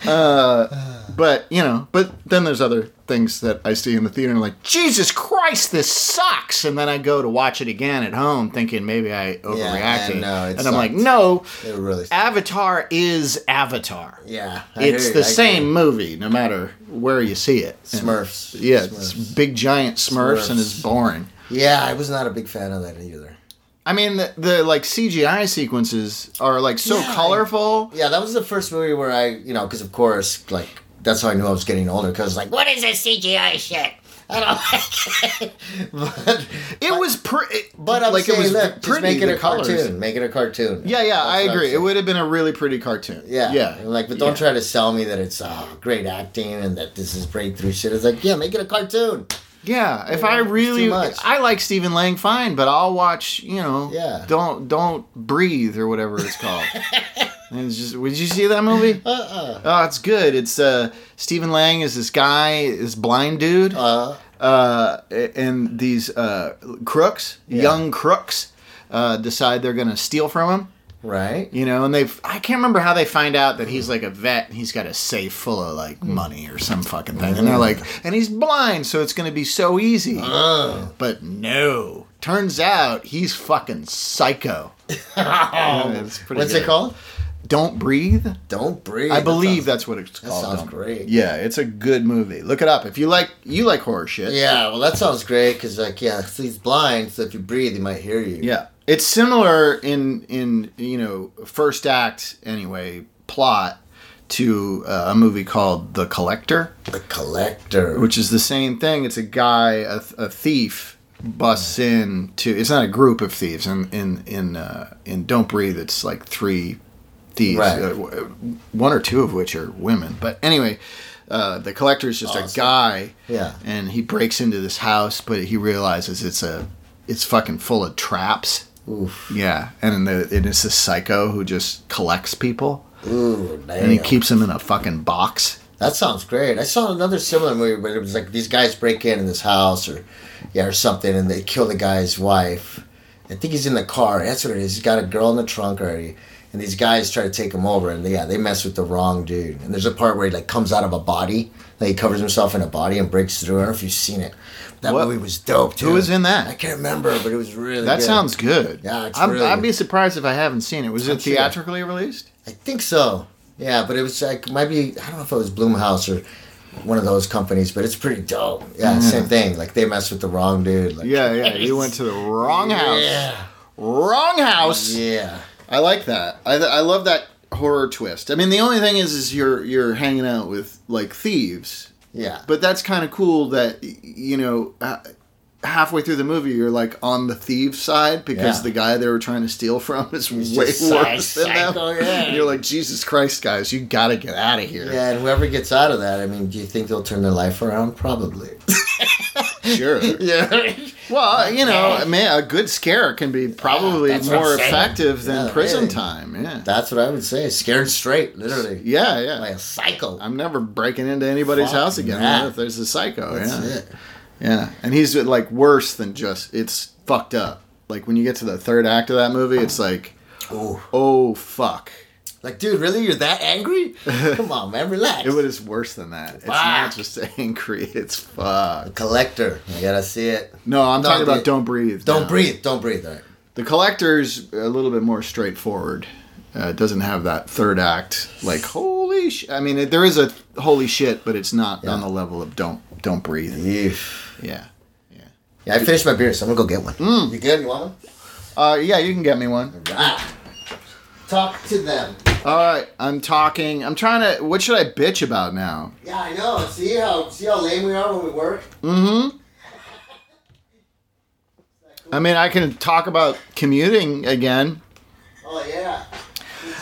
[SPEAKER 3] Uh, but you know, but then there's other things that I see in the theater and I'm like, Jesus Christ, this sucks. And then I go to watch it again at home, thinking maybe I overreacted.
[SPEAKER 2] no, it
[SPEAKER 3] and I'm like,
[SPEAKER 2] sucked.
[SPEAKER 3] no,
[SPEAKER 2] It really.
[SPEAKER 3] Avatar is Avatar.
[SPEAKER 2] yeah, I hear
[SPEAKER 3] It's
[SPEAKER 2] you,
[SPEAKER 3] the
[SPEAKER 2] I
[SPEAKER 3] same
[SPEAKER 2] agree.
[SPEAKER 3] movie, no matter where you see it.
[SPEAKER 2] Smurfs.
[SPEAKER 3] Yeah, it's
[SPEAKER 2] Smurfs.
[SPEAKER 3] big giant Smurfs, and it's
[SPEAKER 2] Smurfs.
[SPEAKER 3] boring.
[SPEAKER 2] Yeah, I was not a big fan of that either.
[SPEAKER 3] I mean, the, the like CGI sequences are like so
[SPEAKER 2] Yeah.
[SPEAKER 3] colorful.
[SPEAKER 2] Yeah, that was the first movie where I, you know, because of course, like that's how I knew I was getting older. Because like, what is this CGI shit? I don't like it. but,
[SPEAKER 3] It was pretty,
[SPEAKER 2] but I'm
[SPEAKER 3] like
[SPEAKER 2] saying,
[SPEAKER 3] it was
[SPEAKER 2] look, just
[SPEAKER 3] pretty.
[SPEAKER 2] make it
[SPEAKER 3] the
[SPEAKER 2] a
[SPEAKER 3] colors.
[SPEAKER 2] cartoon. Make it a cartoon.
[SPEAKER 3] Yeah, yeah,
[SPEAKER 2] That's what
[SPEAKER 3] I
[SPEAKER 2] I'm
[SPEAKER 3] agree. It
[SPEAKER 2] saying.
[SPEAKER 3] would have been a really pretty cartoon.
[SPEAKER 2] Yeah,
[SPEAKER 3] yeah.
[SPEAKER 2] And, like, but don't
[SPEAKER 3] Yeah.
[SPEAKER 2] try to sell me that it's oh, great acting and that this is breakthrough shit. It's like, yeah, make it a cartoon.
[SPEAKER 3] Yeah, if
[SPEAKER 2] Yeah,
[SPEAKER 3] I
[SPEAKER 2] it's too
[SPEAKER 3] really,
[SPEAKER 2] much.
[SPEAKER 3] I like Stephen Lang fine, but I'll watch, you know,
[SPEAKER 2] Yeah.
[SPEAKER 3] don't don't breathe or whatever it's called. and it's just, would you see that movie?
[SPEAKER 2] Uh
[SPEAKER 3] Oh, it's good. It's uh, Stephen Lang is this guy, this blind dude,
[SPEAKER 2] uh. Uh.
[SPEAKER 3] uh, and these uh, crooks, young crooks, uh, decide they're gonna steal from him.
[SPEAKER 2] Right.
[SPEAKER 3] You know, and they—I can't remember how they find out that he's like a vet and he's got a safe full of like money or some fucking thing. And they're like, and he's blind, so it's gonna be so easy.
[SPEAKER 2] Uh.
[SPEAKER 3] But no, turns out he's fucking psycho. Oh, Yeah, it's pretty
[SPEAKER 2] What's
[SPEAKER 3] good.
[SPEAKER 2] it called?
[SPEAKER 3] Don't breathe.
[SPEAKER 2] Don't breathe.
[SPEAKER 3] I believe
[SPEAKER 2] that.
[SPEAKER 3] that's what it's
[SPEAKER 2] that
[SPEAKER 3] called.
[SPEAKER 2] sounds
[SPEAKER 3] Don't-
[SPEAKER 2] great.
[SPEAKER 3] Yeah, it's a good movie. Look it up if you like. You like horror shit.
[SPEAKER 2] sounds- Yeah. Well, that sounds great because like, yeah, he's blind, so if you breathe, he might hear you.
[SPEAKER 3] Yeah. It's similar in in you know first act anyway plot to uh, a movie called The Collector,
[SPEAKER 2] The collector.
[SPEAKER 3] which is the same thing. It's a guy, a, th- a thief, busts in to. It's not a group of thieves. In in in uh, in Don't Breathe, it's like three thieves,
[SPEAKER 2] Right.
[SPEAKER 3] uh, w- one or two of which are women. But anyway. Uh, the collector is just a
[SPEAKER 2] Awesome.
[SPEAKER 3] guy
[SPEAKER 2] yeah.
[SPEAKER 3] and he breaks into this house, but he realizes it's a it's fucking full of traps.
[SPEAKER 2] Oof.
[SPEAKER 3] Yeah, and the, it is this psycho who just collects people,
[SPEAKER 2] Ooh, damn.
[SPEAKER 3] and he keeps them in a fucking box.
[SPEAKER 2] That sounds great. I saw another similar movie, but it was like these guys break in in this house or yeah or something, and they kill the guy's wife. I think he's in the car. That's what it is. He's got a girl in the trunk already, and these guys try to take him over, and they, yeah, they mess with the wrong dude. And there's a part where he like comes out of a body, like he covers himself in a body and breaks through. I don't know if you've seen it. That
[SPEAKER 3] What-
[SPEAKER 2] movie was dope. Dude.
[SPEAKER 3] Who was in that?
[SPEAKER 2] I can't remember, but it was really.
[SPEAKER 3] That
[SPEAKER 2] good.
[SPEAKER 3] sounds good.
[SPEAKER 2] Yeah, it's
[SPEAKER 3] I'm,
[SPEAKER 2] really-
[SPEAKER 3] I'd be surprised if I haven't seen it. Was it
[SPEAKER 2] I'm sure.
[SPEAKER 3] theatrically released?
[SPEAKER 2] I think so. Yeah, but it was like maybe I don't know if it was Bloomhouse or one of those companies, but it's pretty dope. Yeah, same thing. Like they mess with the wrong dude. Like,
[SPEAKER 3] Mm. Yeah, yeah. You went to the wrong house.
[SPEAKER 2] Yeah.
[SPEAKER 3] Wrong house.
[SPEAKER 2] Yeah.
[SPEAKER 3] I like that. I, I love that horror twist. I mean, the only thing is, is you're you're hanging out with like thieves,
[SPEAKER 2] Yeah.
[SPEAKER 3] But that's kind of cool that y- you know ha- halfway through the movie you're like on the thief side because
[SPEAKER 2] Yeah.
[SPEAKER 3] the guy they were trying to steal from is way
[SPEAKER 2] just psy-
[SPEAKER 3] worse than
[SPEAKER 2] psycho,
[SPEAKER 3] them.
[SPEAKER 2] yeah.
[SPEAKER 3] You're like Jesus Christ, guys, you got to get out of here.
[SPEAKER 2] Yeah, and whoever gets out of that, I mean, do you think they'll turn their life around? Probably.
[SPEAKER 3] Sure.
[SPEAKER 2] yeah.
[SPEAKER 3] Well, you know, man, a good scare can be probably
[SPEAKER 2] that's what
[SPEAKER 3] more
[SPEAKER 2] I'm saying.
[SPEAKER 3] effective than
[SPEAKER 2] Yeah,
[SPEAKER 3] prison
[SPEAKER 2] really.
[SPEAKER 3] time. Yeah.
[SPEAKER 2] That's what I would say. Scared straight, literally.
[SPEAKER 3] yeah, yeah.
[SPEAKER 2] Like a psycho.
[SPEAKER 3] I'm never breaking into anybody's
[SPEAKER 2] Fuck
[SPEAKER 3] house again
[SPEAKER 2] that.
[SPEAKER 3] man, if there's a psycho.
[SPEAKER 2] That's
[SPEAKER 3] yeah.
[SPEAKER 2] it.
[SPEAKER 3] Yeah, and he's like worse than just it's fucked up. Like when you get to the third act of that movie, it's like,
[SPEAKER 2] Oh,
[SPEAKER 3] oh fuck,
[SPEAKER 2] Like, dude, really? You're that angry? Come on, man, relax.
[SPEAKER 3] It was worse than that. It's not
[SPEAKER 2] Fuck.
[SPEAKER 3] just angry. It's fuck.
[SPEAKER 2] Collector. I gotta see it.
[SPEAKER 3] No, I'm
[SPEAKER 2] No,
[SPEAKER 3] talking about
[SPEAKER 2] the-
[SPEAKER 3] don't breathe.
[SPEAKER 2] Don't
[SPEAKER 3] now.
[SPEAKER 2] breathe. Don't breathe. All right.
[SPEAKER 3] The collector's a little bit more straightforward. Uh, it doesn't have that third act like holy. Sh-. I mean, it, there is a holy shit, but it's not on the level of don't don't breathe.
[SPEAKER 2] Eef.
[SPEAKER 3] Yeah, yeah.
[SPEAKER 2] Yeah, I finished my beer, so I'm gonna go get one. Mm, You good? You want one?
[SPEAKER 3] Uh, yeah, you can get me one.
[SPEAKER 2] Ah. Talk to them.
[SPEAKER 3] All right, I'm talking. I'm trying to. What should I bitch about now?
[SPEAKER 2] Yeah, I know. See how see how lame we are when we work.
[SPEAKER 3] I mean, I can talk about commuting again.
[SPEAKER 2] Oh yeah.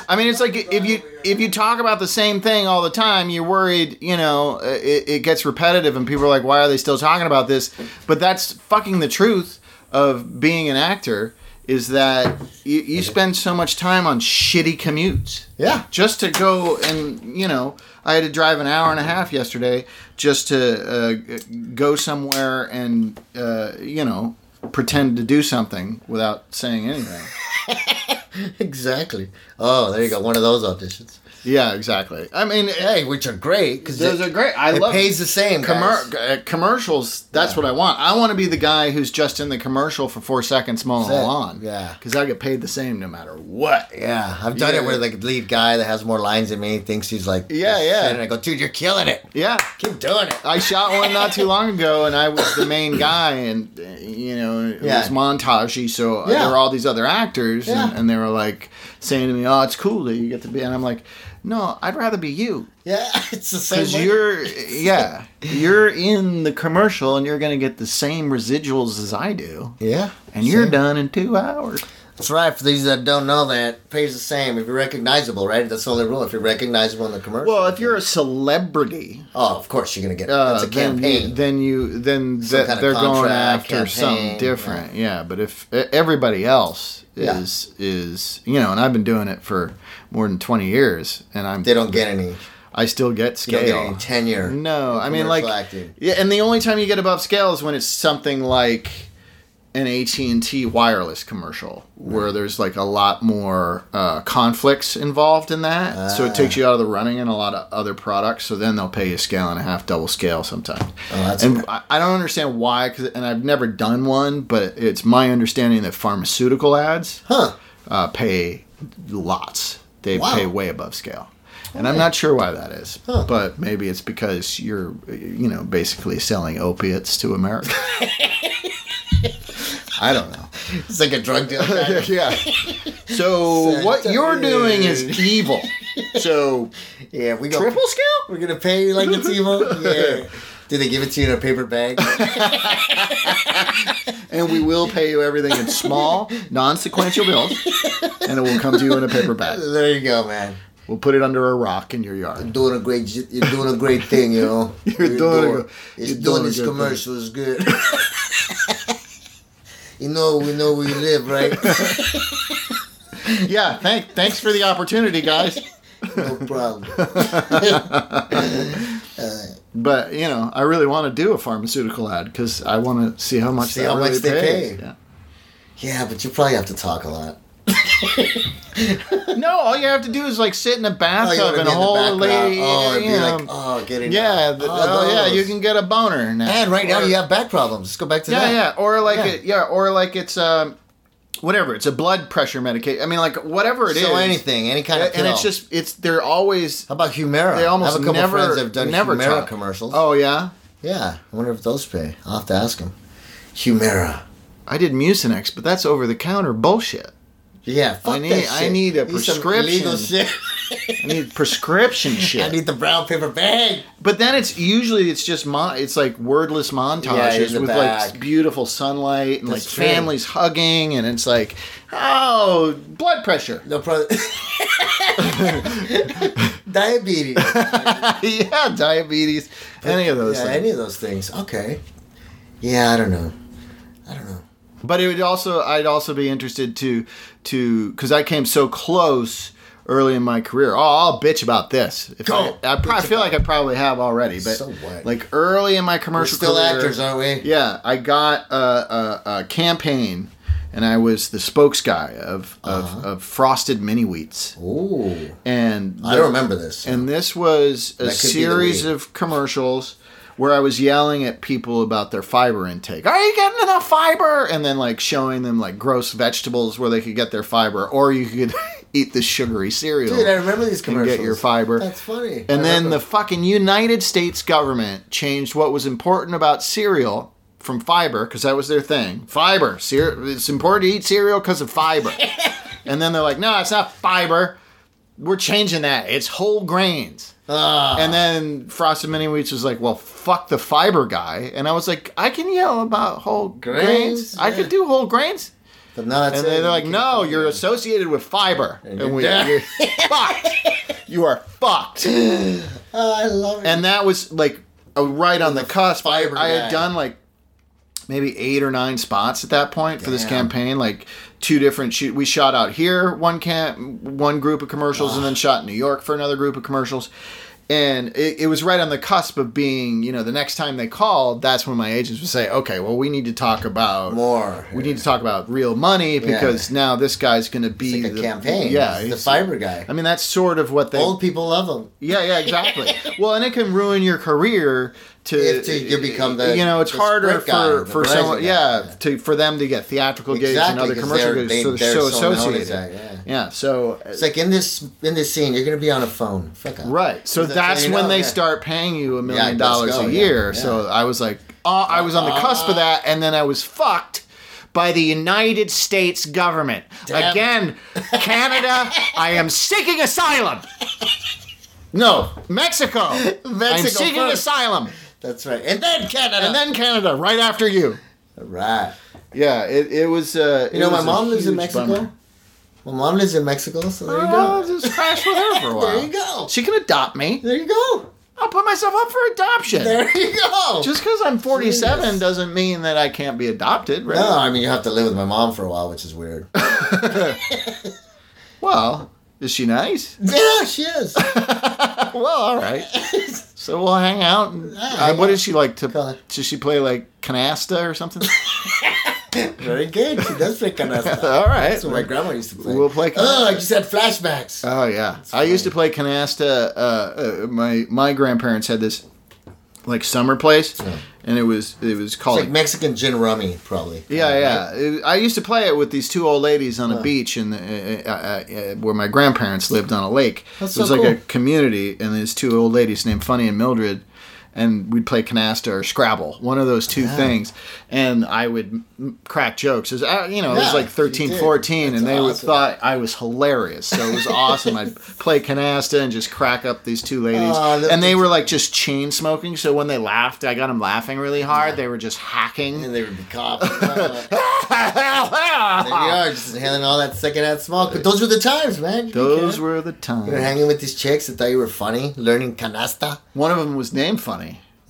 [SPEAKER 3] I mean, it's like if you if you talk about the same thing all the time, you're worried. You know, uh, it, it gets repetitive, and people are like, "Why are they still talking about this?" But that's fucking the truth of being an actor is that you, you spend so much time on shitty commutes.
[SPEAKER 2] Yeah.
[SPEAKER 3] Just to go and you know, I had to drive an hour and a half yesterday just to uh, go somewhere and uh, you know pretend to do something without saying anything.
[SPEAKER 2] Exactly. Oh, there you go. One of those auditions.
[SPEAKER 3] Yeah, exactly. I mean,
[SPEAKER 2] Hey, which are great because
[SPEAKER 3] Those are great. I
[SPEAKER 2] it
[SPEAKER 3] love
[SPEAKER 2] pays the same.
[SPEAKER 3] commer-
[SPEAKER 2] guys.
[SPEAKER 3] uh, commercials. That's
[SPEAKER 2] Yeah.
[SPEAKER 3] what I want. I want to be the guy who's just in the commercial for four seconds mowing the
[SPEAKER 2] That's it.
[SPEAKER 3] lawn.
[SPEAKER 2] Yeah.
[SPEAKER 3] because I get paid the same no matter what.
[SPEAKER 2] Yeah, I've done
[SPEAKER 3] Yeah.
[SPEAKER 2] it where like the lead guy that has more lines than me thinks he's like
[SPEAKER 3] Yeah,
[SPEAKER 2] the
[SPEAKER 3] yeah.
[SPEAKER 2] shit, and I go, dude, you're killing it.
[SPEAKER 3] Yeah,
[SPEAKER 2] Keep doing it.
[SPEAKER 3] I shot one not too long ago, and I was the main guy, and uh, you know it
[SPEAKER 2] Yeah.
[SPEAKER 3] was montagey. So uh,
[SPEAKER 2] Yeah.
[SPEAKER 3] there were all these other actors, and,
[SPEAKER 2] Yeah.
[SPEAKER 3] and they were like saying to me, "Oh, it's cool that you get to be," and I'm like, "No, I'd rather be you."
[SPEAKER 2] Yeah, it's the same.
[SPEAKER 3] Because
[SPEAKER 2] way.
[SPEAKER 3] you're, yeah, you're in the commercial and you're going to get the same residuals as I do.
[SPEAKER 2] yeah,
[SPEAKER 3] And you're
[SPEAKER 2] same.
[SPEAKER 3] done in two hours.
[SPEAKER 2] That's right. For these that don't know that, pays the same if you're recognizable, right? That's the only rule. If you're recognizable in the commercial.
[SPEAKER 3] Well, if you're a celebrity,
[SPEAKER 2] oh, of course you're gonna get.
[SPEAKER 3] uh,
[SPEAKER 2] that's a
[SPEAKER 3] then
[SPEAKER 2] campaign.
[SPEAKER 3] You, then you then
[SPEAKER 2] Some
[SPEAKER 3] th-
[SPEAKER 2] kind of
[SPEAKER 3] they're going
[SPEAKER 2] contract,
[SPEAKER 3] after
[SPEAKER 2] campaign,
[SPEAKER 3] something different. Yeah. but if e- everybody else
[SPEAKER 2] Yeah.
[SPEAKER 3] is is you know, and I've been doing it for more than twenty years, and I'm
[SPEAKER 2] they don't get any.
[SPEAKER 3] I still get
[SPEAKER 2] You don't get
[SPEAKER 3] scale.
[SPEAKER 2] any tenure.
[SPEAKER 3] No, I mean
[SPEAKER 2] commercial
[SPEAKER 3] like
[SPEAKER 2] acting.
[SPEAKER 3] yeah, and the only time you get above scale is when it's something like an AT and T wireless commercial where there's like a lot more uh, conflicts involved in that, so it
[SPEAKER 2] Ah.
[SPEAKER 3] takes you out of the running in a lot of other products. So then they'll pay you scale and a half, double scale sometimes.
[SPEAKER 2] Oh, that's
[SPEAKER 3] and I, I don't understand why, 'cause- and I've never done one, but it's my understanding that pharmaceutical ads
[SPEAKER 2] Huh?
[SPEAKER 3] uh, pay lots. They
[SPEAKER 2] Wow.
[SPEAKER 3] pay way above scale. And I'm not sure why that is,
[SPEAKER 2] Huh.
[SPEAKER 3] but maybe it's because you're, you know, basically selling opiates to America. I don't know.
[SPEAKER 2] It's like a drug deal. kind of-
[SPEAKER 3] yeah. So what you're doing is evil. So
[SPEAKER 2] yeah, we go
[SPEAKER 3] triple scale?
[SPEAKER 2] We're gonna pay you like it's evil. Yeah. Do they give it to you in a paper bag?
[SPEAKER 3] And we will pay you everything in small, non-sequential bills, and it will come to you in a paper bag.
[SPEAKER 2] there you go, man.
[SPEAKER 3] We'll put it under a rock in your yard.
[SPEAKER 2] doing a great j- you're doing a great thing, you know.
[SPEAKER 3] You're doing a-
[SPEAKER 2] it's
[SPEAKER 3] you're
[SPEAKER 2] doing,
[SPEAKER 3] doing a
[SPEAKER 2] this
[SPEAKER 3] good thing.
[SPEAKER 2] commercial is good. you know we know where you live, right?
[SPEAKER 3] Yeah, thank, thanks for the opportunity, guys.
[SPEAKER 2] No problem.
[SPEAKER 3] But you know, I really want to do a pharmaceutical ad because I want to see how much
[SPEAKER 2] See
[SPEAKER 3] that
[SPEAKER 2] how much
[SPEAKER 3] really
[SPEAKER 2] they
[SPEAKER 3] pays.
[SPEAKER 2] pay. Yeah, but you probably have to talk a lot.
[SPEAKER 3] Yeah. No, all you have to do is like sit in a
[SPEAKER 2] Oh, you wanna
[SPEAKER 3] bathtub and
[SPEAKER 2] be
[SPEAKER 3] a
[SPEAKER 2] in the
[SPEAKER 3] whole
[SPEAKER 2] background.
[SPEAKER 3] lady.
[SPEAKER 2] Oh, it'd
[SPEAKER 3] you
[SPEAKER 2] be
[SPEAKER 3] know,
[SPEAKER 2] like, oh, getting
[SPEAKER 3] yeah, the- oh, yeah, you can get a boner now.
[SPEAKER 2] And right now
[SPEAKER 3] Or-
[SPEAKER 2] you have back problems. Let's go back to
[SPEAKER 3] yeah,
[SPEAKER 2] that.
[SPEAKER 3] yeah, or like
[SPEAKER 2] Yeah.
[SPEAKER 3] It, yeah, or like it's um, whatever. It's a blood pressure medication. I mean, like whatever it is.
[SPEAKER 2] So anything, any kind of
[SPEAKER 3] and
[SPEAKER 2] pill.
[SPEAKER 3] it's just it's they're always
[SPEAKER 2] how about Humira?
[SPEAKER 3] they almost
[SPEAKER 2] I have a couple
[SPEAKER 3] never
[SPEAKER 2] friends that have done
[SPEAKER 3] never
[SPEAKER 2] Humira
[SPEAKER 3] talk.
[SPEAKER 2] commercials.
[SPEAKER 3] Oh yeah,
[SPEAKER 2] Yeah, I wonder if those pay. I'll have to ask them. Humira.
[SPEAKER 3] I did Mucinex, but that's over the counter bullshit.
[SPEAKER 2] Yeah, fuck
[SPEAKER 3] I need-
[SPEAKER 2] that shit.
[SPEAKER 3] I need a
[SPEAKER 2] some
[SPEAKER 3] prescription.
[SPEAKER 2] illegal shit.
[SPEAKER 3] I need prescription shit.
[SPEAKER 2] I need the brown paper bag.
[SPEAKER 3] But then it's usually it's just mon- it's like wordless
[SPEAKER 2] Yeah, in
[SPEAKER 3] montages
[SPEAKER 2] the
[SPEAKER 3] with
[SPEAKER 2] back.
[SPEAKER 3] like beautiful sunlight and
[SPEAKER 2] That's
[SPEAKER 3] like
[SPEAKER 2] true.
[SPEAKER 3] families hugging and it's like oh blood pressure
[SPEAKER 2] No problem. Diabetes.
[SPEAKER 3] yeah diabetes any of those
[SPEAKER 2] yeah,
[SPEAKER 3] things.
[SPEAKER 2] any of those things. Okay. Yeah, I don't know. I don't know.
[SPEAKER 3] but it would also I'd also be interested to to because I came so close early in my career. Oh, I'll bitch about this. If
[SPEAKER 2] Go.
[SPEAKER 3] I, I probably feel like I probably have already, but
[SPEAKER 2] So what?
[SPEAKER 3] like early in my
[SPEAKER 2] We're
[SPEAKER 3] commercial
[SPEAKER 2] still
[SPEAKER 3] career,
[SPEAKER 2] actors, aren't we?
[SPEAKER 3] Yeah, I got a, a, a campaign and I was the spokes guy of of,
[SPEAKER 2] Uh-huh.
[SPEAKER 3] of frosted mini wheats.
[SPEAKER 2] Ooh.
[SPEAKER 3] And
[SPEAKER 2] I
[SPEAKER 3] the-
[SPEAKER 2] don't remember this.
[SPEAKER 3] And this was a
[SPEAKER 2] That could be the
[SPEAKER 3] series
[SPEAKER 2] weed.
[SPEAKER 3] of commercials where I was yelling at people about their fiber intake. Are you getting enough fiber? And then like showing them like gross vegetables where they could get their fiber, or you could eat the sugary cereal.
[SPEAKER 2] Dude, I remember these
[SPEAKER 3] and
[SPEAKER 2] commercials.
[SPEAKER 3] get your fiber.
[SPEAKER 2] That's funny.
[SPEAKER 3] And
[SPEAKER 2] I
[SPEAKER 3] then
[SPEAKER 2] remember.
[SPEAKER 3] the fucking United States government changed what was important about cereal from fiber, because that was their thing. Fiber. Cere- it's important to eat cereal because of fiber. and then they're like, no, it's not fiber. We're changing that. It's whole grains.
[SPEAKER 2] Ah.
[SPEAKER 3] And then Frosted Mini Wheats was like, well, fuck the fiber guy. And I was like, I can yell about whole grains.
[SPEAKER 2] Grains,
[SPEAKER 3] I
[SPEAKER 2] yeah.
[SPEAKER 3] can do whole grains.
[SPEAKER 2] But no, that's
[SPEAKER 3] And
[SPEAKER 2] it.
[SPEAKER 3] then they're like,
[SPEAKER 2] You
[SPEAKER 3] no,
[SPEAKER 2] can't-
[SPEAKER 3] you're associated with fiber. And,
[SPEAKER 2] you're
[SPEAKER 3] we,
[SPEAKER 2] dead.
[SPEAKER 3] you're fucked. You are fucked
[SPEAKER 2] Oh, I love it.
[SPEAKER 3] and that was like a right on the cusp. I,
[SPEAKER 2] Fiber
[SPEAKER 3] I
[SPEAKER 2] guy.
[SPEAKER 3] had done like maybe eight or nine spots at that point for this
[SPEAKER 2] Damn.
[SPEAKER 3] campaign. Like two different shoot. We shot out here one camp, one group of commercials, and then shot in New York for another group of commercials. And it, it was right on the cusp of being, you know, the next time they called, that's when my agents would say, "Okay, well, we need to talk about
[SPEAKER 2] more.
[SPEAKER 3] We need to talk about real money because now this guy's going to be
[SPEAKER 2] It's like a
[SPEAKER 3] the-
[SPEAKER 2] campaign.
[SPEAKER 3] Yeah,
[SPEAKER 2] It's the
[SPEAKER 3] he's-
[SPEAKER 2] fiber guy.
[SPEAKER 3] I mean, that's sort of what they
[SPEAKER 2] Old people love him.
[SPEAKER 3] yeah, yeah, exactly. well, and it can ruin your career to
[SPEAKER 2] If to- you become the-
[SPEAKER 3] you know it's
[SPEAKER 2] the
[SPEAKER 3] harder
[SPEAKER 2] script guy,
[SPEAKER 3] for
[SPEAKER 2] the
[SPEAKER 3] for
[SPEAKER 2] writer
[SPEAKER 3] someone
[SPEAKER 2] guy,
[SPEAKER 3] yeah,
[SPEAKER 2] yeah.
[SPEAKER 3] to for them to get theatrical gigs and
[SPEAKER 2] Exactly,
[SPEAKER 3] other
[SPEAKER 2] 'cause
[SPEAKER 3] commercial
[SPEAKER 2] they're-
[SPEAKER 3] gigs,
[SPEAKER 2] they-
[SPEAKER 3] so they're,
[SPEAKER 2] they're
[SPEAKER 3] so
[SPEAKER 2] so known as
[SPEAKER 3] associated.
[SPEAKER 2] that, yeah.
[SPEAKER 3] so uh,
[SPEAKER 2] It's like in this in this scene, you're gonna be on a phone. Fuck off.
[SPEAKER 3] right, so
[SPEAKER 2] That's how
[SPEAKER 3] that's
[SPEAKER 2] you
[SPEAKER 3] when
[SPEAKER 2] know,
[SPEAKER 3] they
[SPEAKER 2] yeah.
[SPEAKER 3] start paying you a million
[SPEAKER 2] let's
[SPEAKER 3] dollars
[SPEAKER 2] go,
[SPEAKER 3] a
[SPEAKER 2] yeah,
[SPEAKER 3] year.
[SPEAKER 2] yeah.
[SPEAKER 3] So I was like, uh, I was on the cusp of that, and then I was fucked. By the United States government.
[SPEAKER 2] Damn.
[SPEAKER 3] Again, Canada, I am seeking asylum. No, Mexico. I'm seeking
[SPEAKER 2] first.
[SPEAKER 3] asylum,
[SPEAKER 2] That's right. And then Canada.
[SPEAKER 3] and then Canada right after you.
[SPEAKER 2] right.
[SPEAKER 3] Yeah, it, it was. Uh,
[SPEAKER 2] You know, my mom lives in Mexico. My mom lives in Mexico, so there you
[SPEAKER 3] I'll
[SPEAKER 2] go.
[SPEAKER 3] just crash with her for a while.
[SPEAKER 2] There you go.
[SPEAKER 3] She can adopt me.
[SPEAKER 2] There you go.
[SPEAKER 3] I'll put myself up for adoption.
[SPEAKER 2] There you go.
[SPEAKER 3] Just because I'm 47
[SPEAKER 2] Jesus.
[SPEAKER 3] doesn't mean that I can't be adopted, right?
[SPEAKER 2] no, I mean you have to live with my mom for a while, which is weird.
[SPEAKER 3] Well, is she nice?
[SPEAKER 2] yeah, she is.
[SPEAKER 3] well, all right. So we'll hang out. And,
[SPEAKER 2] Yeah,
[SPEAKER 3] uh, what
[SPEAKER 2] yeah.
[SPEAKER 3] does she like to?
[SPEAKER 2] Color.
[SPEAKER 3] Does she play like canasta or something?
[SPEAKER 2] Very good. She does play canasta.
[SPEAKER 3] all right.
[SPEAKER 2] That's what my grandma used to play.
[SPEAKER 3] We'll play
[SPEAKER 2] Oh, I
[SPEAKER 3] canasta.
[SPEAKER 2] just had flashbacks.
[SPEAKER 3] Oh yeah, I used to play canasta. Uh, uh, my my grandparents had this like summer place, and it was it was called.
[SPEAKER 2] It's like Mexican gin rummy, probably.
[SPEAKER 3] yeah, yeah. It- I used to play it with these two old ladies on a beach in the, uh, uh, uh, where my grandparents lived on a lake.
[SPEAKER 2] That's
[SPEAKER 3] it was
[SPEAKER 2] so
[SPEAKER 3] like a
[SPEAKER 2] cool.
[SPEAKER 3] community, and these two old ladies named Funny and Mildred, and we'd play canasta or Scrabble, one of those two things. And I would m- crack jokes. It was, uh, you know, it
[SPEAKER 2] Yeah,
[SPEAKER 3] was like
[SPEAKER 2] you
[SPEAKER 3] 13,
[SPEAKER 2] did.
[SPEAKER 3] 14, and
[SPEAKER 2] That's
[SPEAKER 3] they would
[SPEAKER 2] awesome.
[SPEAKER 3] thought I was hilarious. So it was awesome. I'd play canasta and just crack up these two ladies,
[SPEAKER 2] Aw, that-
[SPEAKER 3] and they were like just chain smoking. So when they laughed, I got them laughing really hard. They were just hacking.
[SPEAKER 2] And they would be cops. there you
[SPEAKER 3] Ah.
[SPEAKER 2] are, just inhaling all that secondhand smoke. But those were the times, man. You
[SPEAKER 3] Those
[SPEAKER 2] were.
[SPEAKER 3] were the times.
[SPEAKER 2] You were hanging with these chicks that thought you were funny, learning canasta.
[SPEAKER 3] One of them was named Funny.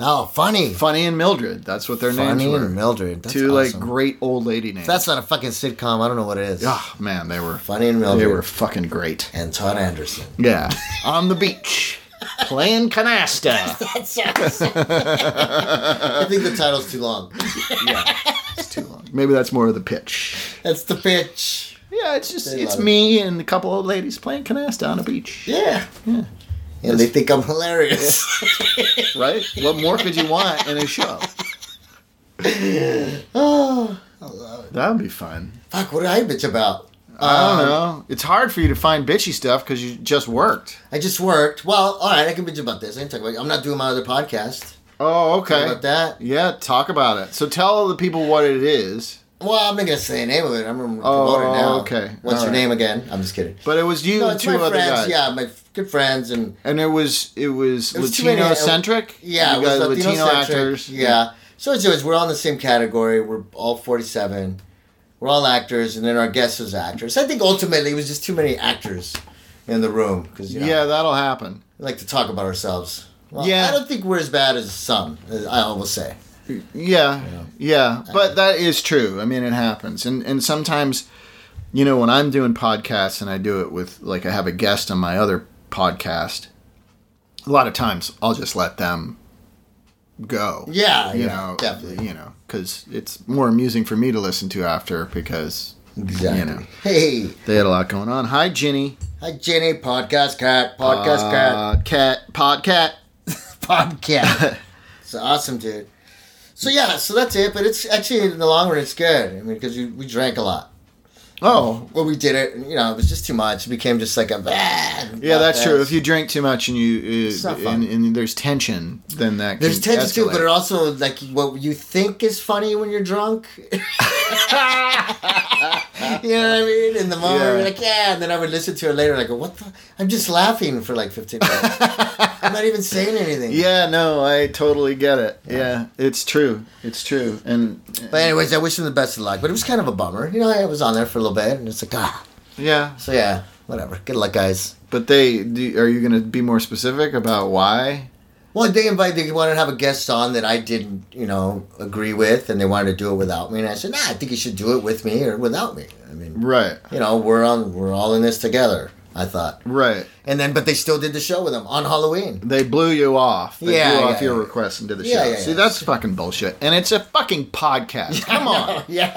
[SPEAKER 2] Oh, funny.
[SPEAKER 3] Funny and Mildred. That's what their
[SPEAKER 2] Funny
[SPEAKER 3] names were.
[SPEAKER 2] and Mildred. That's
[SPEAKER 3] Two
[SPEAKER 2] awesome.
[SPEAKER 3] like great old lady names.
[SPEAKER 2] That's not a fucking sitcom. I don't know what it is.
[SPEAKER 3] oh man, they were
[SPEAKER 2] Funny and
[SPEAKER 3] they
[SPEAKER 2] Mildred.
[SPEAKER 3] were fucking great.
[SPEAKER 2] and Todd Anderson.
[SPEAKER 3] Yeah, on the beach playing canasta.
[SPEAKER 2] That's awesome. I think the title's too long.
[SPEAKER 3] yeah, it's too long. Maybe that's more of the pitch.
[SPEAKER 2] That's the pitch.
[SPEAKER 3] Yeah, it's just
[SPEAKER 2] They
[SPEAKER 3] it's
[SPEAKER 2] love it.
[SPEAKER 3] me and a couple old ladies playing canasta on a beach.
[SPEAKER 2] Yeah. Yeah. And they think I'm hilarious.
[SPEAKER 3] Right? What more could you want in a show? Ah.
[SPEAKER 2] oh,
[SPEAKER 3] That would be fun.
[SPEAKER 2] fuck, what did I bitch about? Uh,
[SPEAKER 3] I
[SPEAKER 2] Um,
[SPEAKER 3] don't know. It's hard for you to find bitchy stuff because you just worked.
[SPEAKER 2] I just worked. Well, all right, I can bitch about this. I can talk about. I'm not doing my other podcast.
[SPEAKER 3] Oh,
[SPEAKER 2] Talk
[SPEAKER 3] okay.
[SPEAKER 2] about that.
[SPEAKER 3] Yeah, talk about it. So tell the people what it is.
[SPEAKER 2] Well, I'm not gonna say the name of it. I'm gonna
[SPEAKER 3] Oh,
[SPEAKER 2] promote it now.
[SPEAKER 3] okay.
[SPEAKER 2] What's
[SPEAKER 3] All
[SPEAKER 2] your
[SPEAKER 3] right.
[SPEAKER 2] name again? I'm just kidding.
[SPEAKER 3] But it was you
[SPEAKER 2] No,
[SPEAKER 3] and
[SPEAKER 2] it's
[SPEAKER 3] two
[SPEAKER 2] my
[SPEAKER 3] other
[SPEAKER 2] friends.
[SPEAKER 3] guys.
[SPEAKER 2] Yeah, my good friends and
[SPEAKER 3] And it was it was
[SPEAKER 2] It was too many-
[SPEAKER 3] Latino centric.
[SPEAKER 2] yeah,
[SPEAKER 3] you
[SPEAKER 2] it was
[SPEAKER 3] guys Latino
[SPEAKER 2] Latino-centric.
[SPEAKER 3] actors.
[SPEAKER 2] Yeah. So it's always we're all in the same category. We're all 47. We're all actors, and then our guest was actress. I think ultimately it was just too many actors in the room because you know,
[SPEAKER 3] Yeah, that'll happen.
[SPEAKER 2] we like to talk about ourselves. Well,
[SPEAKER 3] Yeah.
[SPEAKER 2] I don't think we're as bad as some. as I almost say.
[SPEAKER 3] Yeah, yeah,
[SPEAKER 2] Uh-huh.
[SPEAKER 3] but that is true. I mean, it happens, and and sometimes, you know, when I'm doing podcasts and I do it with like I have a guest on my other podcast, a lot of times I'll just let them go.
[SPEAKER 2] Yeah,
[SPEAKER 3] you
[SPEAKER 2] yeah,
[SPEAKER 3] know,
[SPEAKER 2] definitely.
[SPEAKER 3] you know, because it's more amusing for me to listen to after because
[SPEAKER 2] Exactly.
[SPEAKER 3] you know
[SPEAKER 2] Hey,
[SPEAKER 3] they had a lot going on. Hi, Ginny.
[SPEAKER 2] hi, Jenny. Podcast cat. Podcast cat.
[SPEAKER 3] Uh, cat. Podcat.
[SPEAKER 2] Podcast. it's awesome, dude. So yeah, so that's it. But it's actually in the long run, it's good. I mean, because we, we drank a lot.
[SPEAKER 3] Oh,
[SPEAKER 2] Well, we did it. and, You know, it was just too much. It became just like a bad.
[SPEAKER 3] yeah, that's true. If you drink too much and you
[SPEAKER 2] It's
[SPEAKER 3] uh,
[SPEAKER 2] not fun.
[SPEAKER 3] and, and there's tension, then that
[SPEAKER 2] There's
[SPEAKER 3] can
[SPEAKER 2] tension too,
[SPEAKER 3] escalate.
[SPEAKER 2] but it also like what you think is funny when you're drunk. you know what I mean? In the moment,
[SPEAKER 3] Yeah.
[SPEAKER 2] you're like, yeah, and then I would listen to it later, and I go, what the? I'm just laughing for like 15 minutes. I'm not even saying anything.
[SPEAKER 3] yeah, no, I totally get it. Yeah, it's true. It's true. And
[SPEAKER 2] But anyways, I wish him the best of luck. But it was kind of a bummer. You know, I was on there for a little bit, and it's like ah.
[SPEAKER 3] yeah,
[SPEAKER 2] So yeah, whatever. Good luck, guys.
[SPEAKER 3] but they do, are you going to be more specific about why?
[SPEAKER 2] Well, they invited, they wanted to have a guest on that I didn't, you know, agree with, and they wanted to do it without me. And I said, nah, I think you should do it with me or without me. I mean,
[SPEAKER 3] Right.
[SPEAKER 2] you know, we're on, we're all in this together. I thought,
[SPEAKER 3] Right.
[SPEAKER 2] and then, but they still did the show with them on Halloween.
[SPEAKER 3] They blew you off. They
[SPEAKER 2] Yeah,
[SPEAKER 3] blew
[SPEAKER 2] yeah,
[SPEAKER 3] off your
[SPEAKER 2] yeah.
[SPEAKER 3] request into the
[SPEAKER 2] Yeah,
[SPEAKER 3] show.
[SPEAKER 2] yeah,
[SPEAKER 3] See,
[SPEAKER 2] yeah.
[SPEAKER 3] that's fucking bullshit. And it's a fucking podcast. Come on.
[SPEAKER 2] Yeah,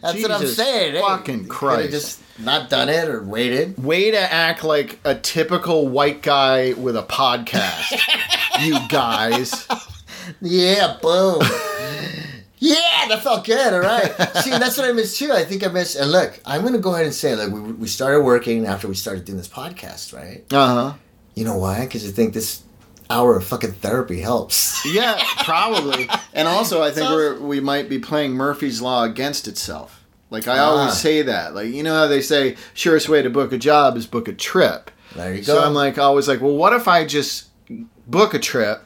[SPEAKER 2] that's what I'm
[SPEAKER 3] Jesus
[SPEAKER 2] saying.
[SPEAKER 3] fucking
[SPEAKER 2] hey,
[SPEAKER 3] Christ.
[SPEAKER 2] could just not done it or waited.
[SPEAKER 3] Way to act like a typical white guy with a podcast. you guys.
[SPEAKER 2] Yeah, boom. yeah, that felt good. All right. See, that's what I miss too. I think I miss. And look, I'm gonna go ahead and say, like, we we started working after we started doing this podcast, right?
[SPEAKER 3] Uh huh.
[SPEAKER 2] You know why? Because you think this hour of fucking therapy helps.
[SPEAKER 3] Yeah, probably. And also, I think we're we might be playing Murphy's Law against itself. Like I
[SPEAKER 2] Ah.
[SPEAKER 3] always say that. Like you know how they say, surest way to book a job is book a trip.
[SPEAKER 2] There you
[SPEAKER 3] So
[SPEAKER 2] go.
[SPEAKER 3] I'm like always like, well, what if I just book a trip,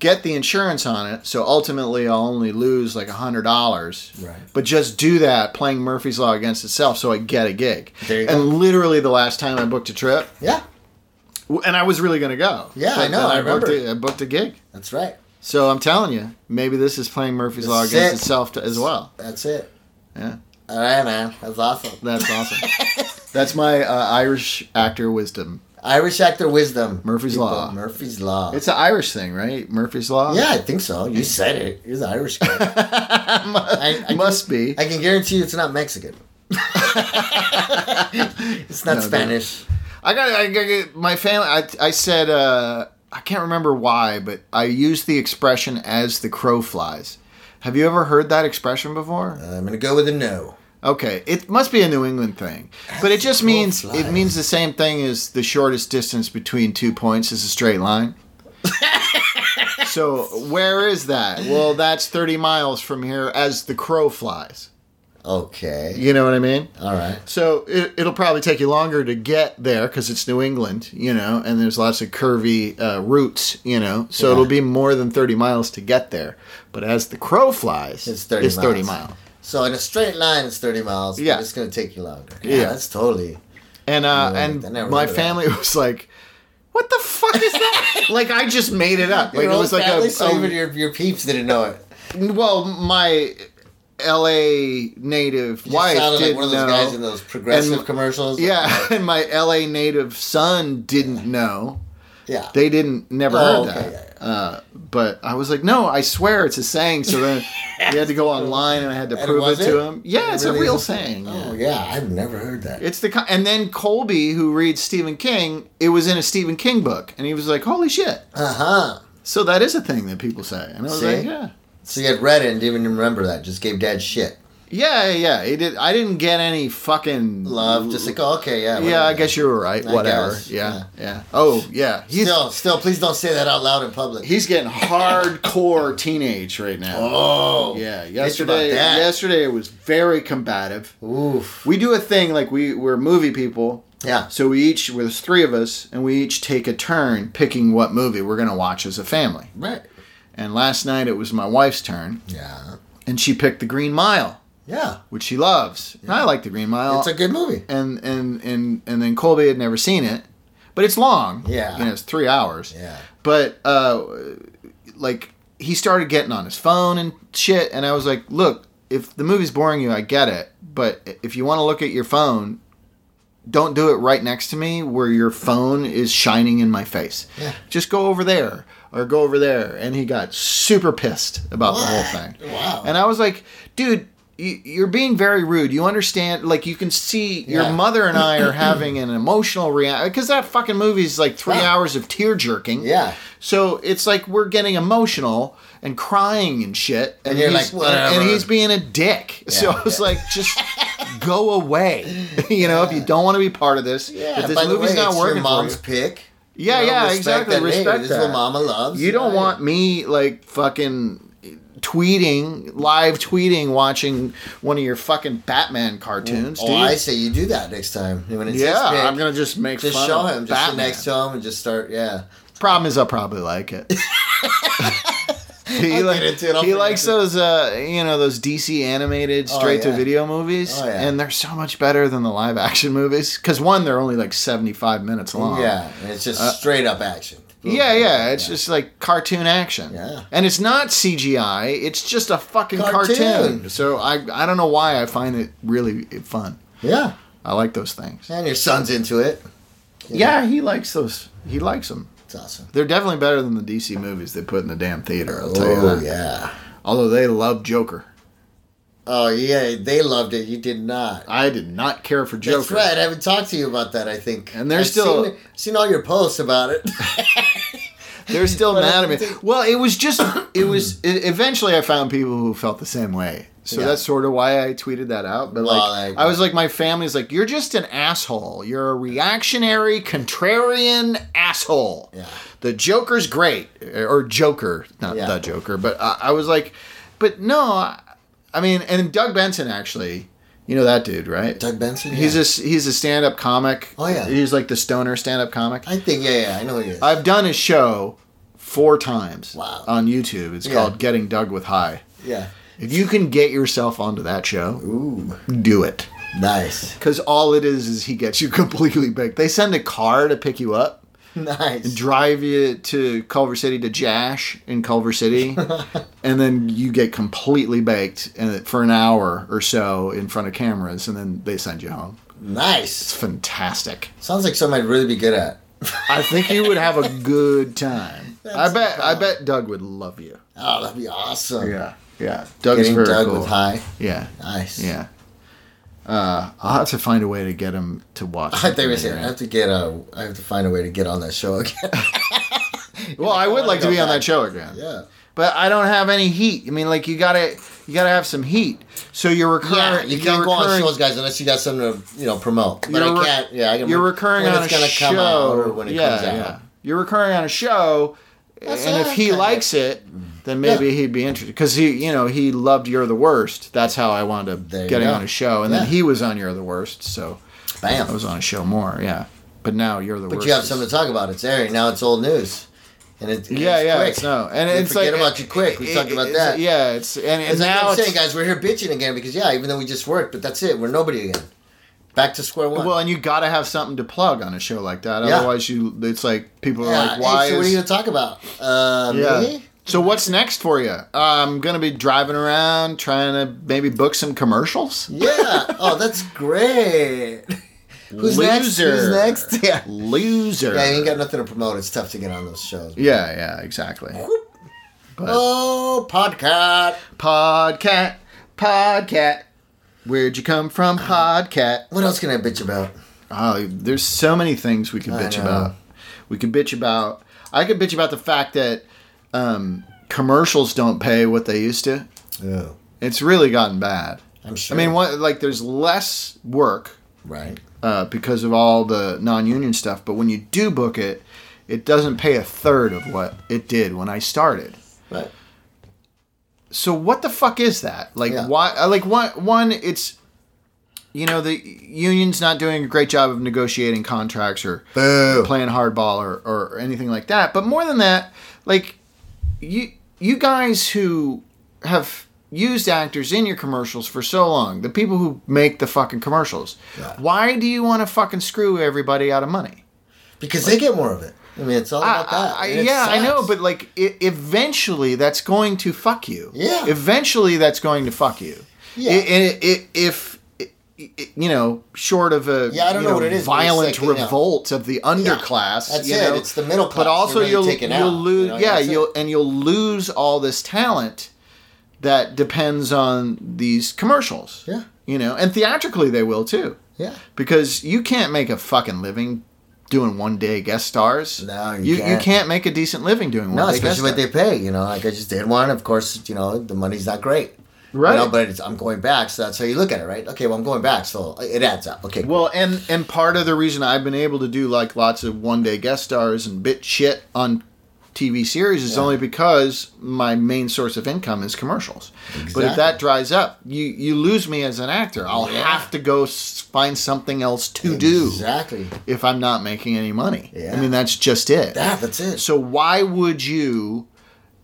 [SPEAKER 3] get the insurance on it, so ultimately I'll only lose like a hundred dollars.
[SPEAKER 2] Right.
[SPEAKER 3] But just do that, playing Murphy's Law against itself, so I get a gig.
[SPEAKER 2] There you
[SPEAKER 3] and literally the last time I booked a trip,
[SPEAKER 2] yeah,
[SPEAKER 3] w- and I was really gonna go.
[SPEAKER 2] Yeah,
[SPEAKER 3] But
[SPEAKER 2] I know,
[SPEAKER 3] then
[SPEAKER 2] I
[SPEAKER 3] booked
[SPEAKER 2] remember.
[SPEAKER 3] a- I booked a gig.
[SPEAKER 2] that's right.
[SPEAKER 3] So I'm telling you, maybe this is playing Murphy's Law
[SPEAKER 2] That's
[SPEAKER 3] against
[SPEAKER 2] it.
[SPEAKER 3] itself to, as well.
[SPEAKER 2] That's it.
[SPEAKER 3] Yeah,
[SPEAKER 2] All right, man. That's awesome.
[SPEAKER 3] that's awesome. that's my uh, Irish actor wisdom.
[SPEAKER 2] Irish actor wisdom.
[SPEAKER 3] Murphy's
[SPEAKER 2] People,
[SPEAKER 3] Law.
[SPEAKER 2] Murphy's Law.
[SPEAKER 3] It's an Irish thing, right? Murphy's Law.
[SPEAKER 2] yeah, I think so. You said it. You're the Irish guy. I, I
[SPEAKER 3] must be.
[SPEAKER 2] Can, I can guarantee you, it's not Mexican. it's not
[SPEAKER 3] No, dude.
[SPEAKER 2] Spanish.
[SPEAKER 3] I got. I got my family. I, I said. Uh, I can't remember why, but I used the expression "as the crow flies." Have you ever heard that expression before?
[SPEAKER 2] I'm gonna go with a no.
[SPEAKER 3] Okay, it must be a New England thing, but it just means
[SPEAKER 2] flies.
[SPEAKER 3] it means the same thing as the shortest distance between two points is a straight line. so where is that? Well, that's thirty miles from here as the crow flies.
[SPEAKER 2] Okay.
[SPEAKER 3] You know what I mean?
[SPEAKER 2] All right.
[SPEAKER 3] So it, it'll probably take you longer to get there because it's New England, you know, and there's lots of curvy uh, routes, you know. So
[SPEAKER 2] Yeah.
[SPEAKER 3] it'll be more than thirty miles to get there. But as the crow flies,
[SPEAKER 2] It's 30
[SPEAKER 3] It's thirty
[SPEAKER 2] miles.
[SPEAKER 3] miles.
[SPEAKER 2] So in a straight line, it's 30 miles. but
[SPEAKER 3] Yeah.
[SPEAKER 2] It's gonna take you longer.
[SPEAKER 3] Yeah.
[SPEAKER 2] yeah that's totally.
[SPEAKER 3] And
[SPEAKER 2] Yeah,
[SPEAKER 3] uh,
[SPEAKER 2] I
[SPEAKER 3] and
[SPEAKER 2] never
[SPEAKER 3] my
[SPEAKER 2] heard of that.
[SPEAKER 3] family was like, "What the fuck is that?" like I just made it up. Like
[SPEAKER 2] Your
[SPEAKER 3] it
[SPEAKER 2] whole
[SPEAKER 3] was like
[SPEAKER 2] family,
[SPEAKER 3] a,
[SPEAKER 2] so
[SPEAKER 3] a-
[SPEAKER 2] even your, your peeps didn't know it.
[SPEAKER 3] well, my L.A. native
[SPEAKER 2] You
[SPEAKER 3] wife
[SPEAKER 2] sounded
[SPEAKER 3] didn't
[SPEAKER 2] like one of those
[SPEAKER 3] know.
[SPEAKER 2] guys in those progressive
[SPEAKER 3] And-
[SPEAKER 2] commercials.
[SPEAKER 3] yeah, and my L.A. native son didn't know.
[SPEAKER 2] yeah.
[SPEAKER 3] They didn't never
[SPEAKER 2] Oh,
[SPEAKER 3] heard
[SPEAKER 2] okay,
[SPEAKER 3] that.
[SPEAKER 2] yeah,
[SPEAKER 3] Uh, but I was like, "No, I swear it's a saying." So then we had to go online and I had to
[SPEAKER 2] And
[SPEAKER 3] prove it
[SPEAKER 2] was
[SPEAKER 3] to
[SPEAKER 2] it?
[SPEAKER 3] him. Yeah,
[SPEAKER 2] It
[SPEAKER 3] it's
[SPEAKER 2] really
[SPEAKER 3] a real
[SPEAKER 2] is a-
[SPEAKER 3] saying. yeah.
[SPEAKER 2] Oh yeah, I've never heard that.
[SPEAKER 3] It's the ki- and then Colby, who reads Stephen King, it was in a Stephen King book, and he was like, "Holy shit!"
[SPEAKER 2] Uh huh.
[SPEAKER 3] So that is a thing that people say, and I was
[SPEAKER 2] See?
[SPEAKER 3] like, "Yeah,
[SPEAKER 2] So you had read it and didn't even remember that. Just gave dad shit.
[SPEAKER 3] yeah, yeah." He did. I didn't get any fucking
[SPEAKER 2] Love. Just like oh, okay, yeah.
[SPEAKER 3] yeah, I
[SPEAKER 2] whatever.
[SPEAKER 3] guess you were right.
[SPEAKER 2] I
[SPEAKER 3] Whatever.
[SPEAKER 2] guess,
[SPEAKER 3] Yeah, yeah, Oh, yeah. He's
[SPEAKER 2] Still, still, please don't say that out loud in public.
[SPEAKER 3] he's getting hardcore teenage right now.
[SPEAKER 2] oh.
[SPEAKER 3] Yeah.
[SPEAKER 2] bitch about
[SPEAKER 3] Yesterday,
[SPEAKER 2] that.
[SPEAKER 3] yesterday it was very combative.
[SPEAKER 2] Oof.
[SPEAKER 3] We do a thing like we we're movie people.
[SPEAKER 2] Yeah.
[SPEAKER 3] So we each, there's three of us, and we each take a turn picking what movie we're going to watch as a family.
[SPEAKER 2] Right.
[SPEAKER 3] And last night it was my wife's turn,
[SPEAKER 2] Yeah.
[SPEAKER 3] and she picked The Green Mile,
[SPEAKER 2] Yeah.
[SPEAKER 3] which she loves. And I like The Green Mile.
[SPEAKER 2] It's a good movie.
[SPEAKER 3] and, and, and, and then Colby had never seen it, but it's long.
[SPEAKER 2] Yeah.
[SPEAKER 3] You know, it's three hours.
[SPEAKER 2] Yeah.
[SPEAKER 3] But, uh, like, he started getting on his phone and shit, and I was like, look, if the movie's boring you, I get it. But if you want to look at your phone, don't do it right next to me where your phone is shining in my face.
[SPEAKER 2] Yeah.
[SPEAKER 3] Just go over there. or go over there. And he got super pissed about the whole
[SPEAKER 2] What?
[SPEAKER 3] thing.
[SPEAKER 2] Wow.
[SPEAKER 3] And I was like, dude, you- you're being very rude. You understand? Like, you can see your
[SPEAKER 2] Yeah.
[SPEAKER 3] mother and I are having an emotional reaction because that fucking movie is like three
[SPEAKER 2] Yeah.
[SPEAKER 3] hours of tear jerking.
[SPEAKER 2] Yeah.
[SPEAKER 3] So it's like we're getting emotional and crying and shit. And,
[SPEAKER 2] you're
[SPEAKER 3] he's-
[SPEAKER 2] like,
[SPEAKER 3] and
[SPEAKER 2] "Whatever."
[SPEAKER 3] he's being a dick. so
[SPEAKER 2] Yeah,
[SPEAKER 3] I was
[SPEAKER 2] yeah.
[SPEAKER 3] like, just go away. you know, if you don't want to be part of this,
[SPEAKER 2] Yeah,
[SPEAKER 3] if this
[SPEAKER 2] by the
[SPEAKER 3] movie's
[SPEAKER 2] way,
[SPEAKER 3] not
[SPEAKER 2] it's
[SPEAKER 3] working
[SPEAKER 2] your mom's
[SPEAKER 3] for you.
[SPEAKER 2] pick.
[SPEAKER 3] Yeah,
[SPEAKER 2] You know,
[SPEAKER 3] yeah, exactly.
[SPEAKER 2] that name.
[SPEAKER 3] respect
[SPEAKER 2] This
[SPEAKER 3] that.
[SPEAKER 2] is what mama loves.
[SPEAKER 3] You don't
[SPEAKER 2] Yeah.
[SPEAKER 3] want me like fucking tweeting, live tweeting, watching one of your fucking Batman cartoons,
[SPEAKER 2] Oh,
[SPEAKER 3] dude.
[SPEAKER 2] I say you do that next time when it's his
[SPEAKER 3] yeah,
[SPEAKER 2] pick,
[SPEAKER 3] I'm gonna just make
[SPEAKER 2] just
[SPEAKER 3] fun
[SPEAKER 2] show
[SPEAKER 3] of
[SPEAKER 2] him, just sit
[SPEAKER 3] Batman.
[SPEAKER 2] next to him, and just start. Yeah,
[SPEAKER 3] Problem is, I'll probably like it. he
[SPEAKER 2] I'll
[SPEAKER 3] like-
[SPEAKER 2] get into it, I'll
[SPEAKER 3] he
[SPEAKER 2] forget
[SPEAKER 3] likes
[SPEAKER 2] it.
[SPEAKER 3] those, uh, you know, those DC animated
[SPEAKER 2] Oh,
[SPEAKER 3] straight to video
[SPEAKER 2] yeah.
[SPEAKER 3] movies,
[SPEAKER 2] Oh, yeah.
[SPEAKER 3] and they're so much better than the live action movies. Because one, they're only like seventy five minutes long.
[SPEAKER 2] yeah. And it's just straight up action.
[SPEAKER 3] Uh, Yeah, yeah, it's just like cartoon action.
[SPEAKER 2] Yeah.
[SPEAKER 3] And it's not CGI, it's just a fucking cartoon.
[SPEAKER 2] Cartoon.
[SPEAKER 3] So I I don't know why I find it really fun.
[SPEAKER 2] yeah.
[SPEAKER 3] I like those things.
[SPEAKER 2] And your son's into it.
[SPEAKER 3] Yeah, he likes those. He likes them.
[SPEAKER 2] It's awesome.
[SPEAKER 3] They're definitely better than the DC movies they put in the damn theater, I'll tell you
[SPEAKER 2] Oh
[SPEAKER 3] that.
[SPEAKER 2] yeah.
[SPEAKER 3] Although they love Joker.
[SPEAKER 2] Oh yeah. They loved it. You did not.
[SPEAKER 3] I did not care for Joker.
[SPEAKER 2] That's right. I haven't talked to you about that. I think.
[SPEAKER 3] And they're
[SPEAKER 2] I've
[SPEAKER 3] still-
[SPEAKER 2] seen, seen all your posts about it.
[SPEAKER 3] They're still
[SPEAKER 2] But I
[SPEAKER 3] mad at me.
[SPEAKER 2] think-
[SPEAKER 3] Well, it was just it was e- eventually I found people who felt the same way. So
[SPEAKER 2] Yeah.
[SPEAKER 3] that's sort of why I tweeted that out. But
[SPEAKER 2] Well,
[SPEAKER 3] like
[SPEAKER 2] I-
[SPEAKER 3] I was like my family's like you're just an asshole. You're a reactionary contrarian asshole.
[SPEAKER 2] Yeah.
[SPEAKER 3] The Joker's great eh, or Joker, not
[SPEAKER 2] Yeah.
[SPEAKER 3] the Joker, but I, I was like but no, I, I mean and Doug Benson actually, you know that dude, right?
[SPEAKER 2] Doug Benson.
[SPEAKER 3] He's
[SPEAKER 2] yeah.
[SPEAKER 3] a he's a stand-up comic.
[SPEAKER 2] Oh, yeah.
[SPEAKER 3] He's like the stoner stand-up comic.
[SPEAKER 2] I think. Yeah, yeah. I know he is.
[SPEAKER 3] I've done his show four times
[SPEAKER 2] Wow.
[SPEAKER 3] on YouTube. It's
[SPEAKER 2] Yeah.
[SPEAKER 3] called Getting Dug with High.
[SPEAKER 2] yeah.
[SPEAKER 3] If you can get yourself onto that show,
[SPEAKER 2] Ooh.
[SPEAKER 3] do it.
[SPEAKER 2] Nice.
[SPEAKER 3] Because all it is is he gets you completely baked. They send a car to pick you up,
[SPEAKER 2] Nice.
[SPEAKER 3] drive you to Culver City to Jash in Culver City, and then you get completely baked and- for an hour or so in front of cameras, and then they send you home. It's
[SPEAKER 2] Nice.
[SPEAKER 3] fantastic.
[SPEAKER 2] Sounds like something I'd really be good at.
[SPEAKER 3] I think you would have a good time. I
[SPEAKER 2] That's
[SPEAKER 3] bet. I
[SPEAKER 2] awesome.
[SPEAKER 3] bet Doug would love you.
[SPEAKER 2] Oh, that'd be awesome.
[SPEAKER 3] Yeah, yeah. Doug's
[SPEAKER 2] Getting
[SPEAKER 3] very
[SPEAKER 2] Doug
[SPEAKER 3] cool.
[SPEAKER 2] with high.
[SPEAKER 3] Yeah,
[SPEAKER 2] Nice.
[SPEAKER 3] yeah. Uh, I'll have to find a way to get him to watch.
[SPEAKER 2] I think we
[SPEAKER 3] something
[SPEAKER 2] said I
[SPEAKER 3] there.
[SPEAKER 2] have to get a. I have to find a way to get on that show again.
[SPEAKER 3] Well, I would
[SPEAKER 2] wanna
[SPEAKER 3] like to
[SPEAKER 2] go
[SPEAKER 3] be on that
[SPEAKER 2] back.
[SPEAKER 3] show again.
[SPEAKER 2] uh, yeah.
[SPEAKER 3] But I don't have any heat. I mean, like you gotta, you gotta have some heat. So you're recurring.
[SPEAKER 2] Yeah, you can't
[SPEAKER 3] you're
[SPEAKER 2] go on
[SPEAKER 3] recurring-
[SPEAKER 2] shows, guys, unless you got something to you know promote. But
[SPEAKER 3] You're
[SPEAKER 2] I
[SPEAKER 3] re-
[SPEAKER 2] can't. Yeah, I can.
[SPEAKER 3] You're recurring
[SPEAKER 2] when
[SPEAKER 3] on
[SPEAKER 2] it's
[SPEAKER 3] a
[SPEAKER 2] gonna
[SPEAKER 3] show.
[SPEAKER 2] come out or when it
[SPEAKER 3] yeah,
[SPEAKER 2] comes out.
[SPEAKER 3] yeah. You're recurring on a show,
[SPEAKER 2] That's
[SPEAKER 3] and
[SPEAKER 2] what
[SPEAKER 3] if
[SPEAKER 2] I'm
[SPEAKER 3] he
[SPEAKER 2] kinda-
[SPEAKER 3] likes it,
[SPEAKER 2] Mm-hmm.
[SPEAKER 3] then maybe
[SPEAKER 2] Yeah.
[SPEAKER 3] he'd be interested. Because he, you know, he loved You're the Worst. That's how I wound up
[SPEAKER 2] There you
[SPEAKER 3] getting
[SPEAKER 2] go.
[SPEAKER 3] on a show, and then
[SPEAKER 2] Yeah.
[SPEAKER 3] he was on You're the Worst. So
[SPEAKER 2] Bam.
[SPEAKER 3] I was on a show more, yeah. But now you're the
[SPEAKER 2] but
[SPEAKER 3] worst.
[SPEAKER 2] you have something to talk about. It's airing now. It's old news. And it, and
[SPEAKER 3] Yeah,
[SPEAKER 2] it's
[SPEAKER 3] yeah,
[SPEAKER 2] Quick.
[SPEAKER 3] it's no, and
[SPEAKER 2] We
[SPEAKER 3] it's
[SPEAKER 2] forget
[SPEAKER 3] like
[SPEAKER 2] about you quick. We
[SPEAKER 3] it-
[SPEAKER 2] talked about
[SPEAKER 3] it's-
[SPEAKER 2] that.
[SPEAKER 3] Yeah, it's and, and
[SPEAKER 2] Because now
[SPEAKER 3] now
[SPEAKER 2] I'm
[SPEAKER 3] it's
[SPEAKER 2] saying, guys, we're here bitching again because yeah, even though we just worked, but that's it. We're nobody again. Back to square one.
[SPEAKER 3] well, and you got to have something to plug on a show like that.
[SPEAKER 2] Yeah.
[SPEAKER 3] Otherwise, you it's like people are
[SPEAKER 2] yeah.
[SPEAKER 3] like, why?
[SPEAKER 2] hey, so what are
[SPEAKER 3] is-
[SPEAKER 2] you gonna talk about? Uh,
[SPEAKER 3] yeah.
[SPEAKER 2] me?
[SPEAKER 3] So what's next for you? I'm gonna be driving around trying to maybe book some commercials.
[SPEAKER 2] Yeah. Oh, that's great. Who's next? Who's
[SPEAKER 3] Loser.
[SPEAKER 2] next? Yeah.
[SPEAKER 3] Loser.
[SPEAKER 2] Yeah, you ain't got nothing to promote. It's tough to get on those shows.
[SPEAKER 3] yeah, yeah, exactly. But
[SPEAKER 2] Oh, podcast.
[SPEAKER 3] podcat, podcat. Where'd you come from, podcat?
[SPEAKER 2] What else can I bitch about?
[SPEAKER 3] Oh, there's so many things we could
[SPEAKER 2] I
[SPEAKER 3] bitch
[SPEAKER 2] know.
[SPEAKER 3] about. We could bitch about. I could bitch about the fact that um, commercials don't pay what they used to.
[SPEAKER 2] Oh,
[SPEAKER 3] It's really gotten bad.
[SPEAKER 2] I'm
[SPEAKER 3] I
[SPEAKER 2] sure.
[SPEAKER 3] mean, what like there's less work
[SPEAKER 2] Right.
[SPEAKER 3] uh, because of all the non-union stuff, but when you do book it, it doesn't pay a third of what it did when I started.
[SPEAKER 2] Right.
[SPEAKER 3] so what the fuck is that like
[SPEAKER 2] Yeah.
[SPEAKER 3] why uh, like one one it's you know the union's not doing a great job of negotiating contracts or
[SPEAKER 2] Boo.
[SPEAKER 3] playing hardball or, or anything like that but more than that like you you guys who have used actors in your commercials for so long the people who make the fucking commercials
[SPEAKER 2] Yeah.
[SPEAKER 3] why do you want to fucking screw everybody out of money
[SPEAKER 2] Because they get more of it. I mean, it's all
[SPEAKER 3] I-
[SPEAKER 2] about that.
[SPEAKER 3] I-
[SPEAKER 2] and it
[SPEAKER 3] yeah, I know,
[SPEAKER 2] sucks.
[SPEAKER 3] but like, e- eventually, that's going to fuck you.
[SPEAKER 2] Yeah.
[SPEAKER 3] Eventually, that's going to fuck you.
[SPEAKER 2] Yeah.
[SPEAKER 3] I- and it, it, if y- you know, short of a
[SPEAKER 2] Yeah, I don't
[SPEAKER 3] you
[SPEAKER 2] know what it is, but it's
[SPEAKER 3] violent
[SPEAKER 2] like, you know-
[SPEAKER 3] revolt of the underclass.
[SPEAKER 2] that's
[SPEAKER 3] you
[SPEAKER 2] it.
[SPEAKER 3] know,
[SPEAKER 2] It's the middle class
[SPEAKER 3] But also,
[SPEAKER 2] you're really
[SPEAKER 3] you'll
[SPEAKER 2] taking
[SPEAKER 3] you'll
[SPEAKER 2] out,
[SPEAKER 3] lose.
[SPEAKER 2] you know,
[SPEAKER 3] yeah,
[SPEAKER 2] that's it.
[SPEAKER 3] you'll and you'll lose all this talent that depends on these commercials.
[SPEAKER 2] Yeah.
[SPEAKER 3] you know, and theatrically they will too,
[SPEAKER 2] Yeah.
[SPEAKER 3] because you can't make a fucking living doing one day guest stars.
[SPEAKER 2] No, you
[SPEAKER 3] you you
[SPEAKER 2] can't.
[SPEAKER 3] can't make a decent living doing one
[SPEAKER 2] No,
[SPEAKER 3] day guest
[SPEAKER 2] especially what
[SPEAKER 3] stars.
[SPEAKER 2] they pay. You know, like I just did one. Of course, you know the money's not great.
[SPEAKER 3] Right.
[SPEAKER 2] You know, but it's, I'm going back, so that's how you look at it, right? Okay, well I'm going back, so it adds up. Okay.
[SPEAKER 3] Well, and and part of the reason I've been able to do like lots of one day guest stars and bit shit on TV series is only because my main source of income is commercials. But if
[SPEAKER 2] Exactly.
[SPEAKER 3] that dries up, you you lose me as an actor. I'll
[SPEAKER 2] Yeah.
[SPEAKER 3] have to go s- find something else to do
[SPEAKER 2] exactly.
[SPEAKER 3] if I'm not making any money.
[SPEAKER 2] Yeah.
[SPEAKER 3] I mean, that's just it.
[SPEAKER 2] Yeah, that's it.
[SPEAKER 3] so why would you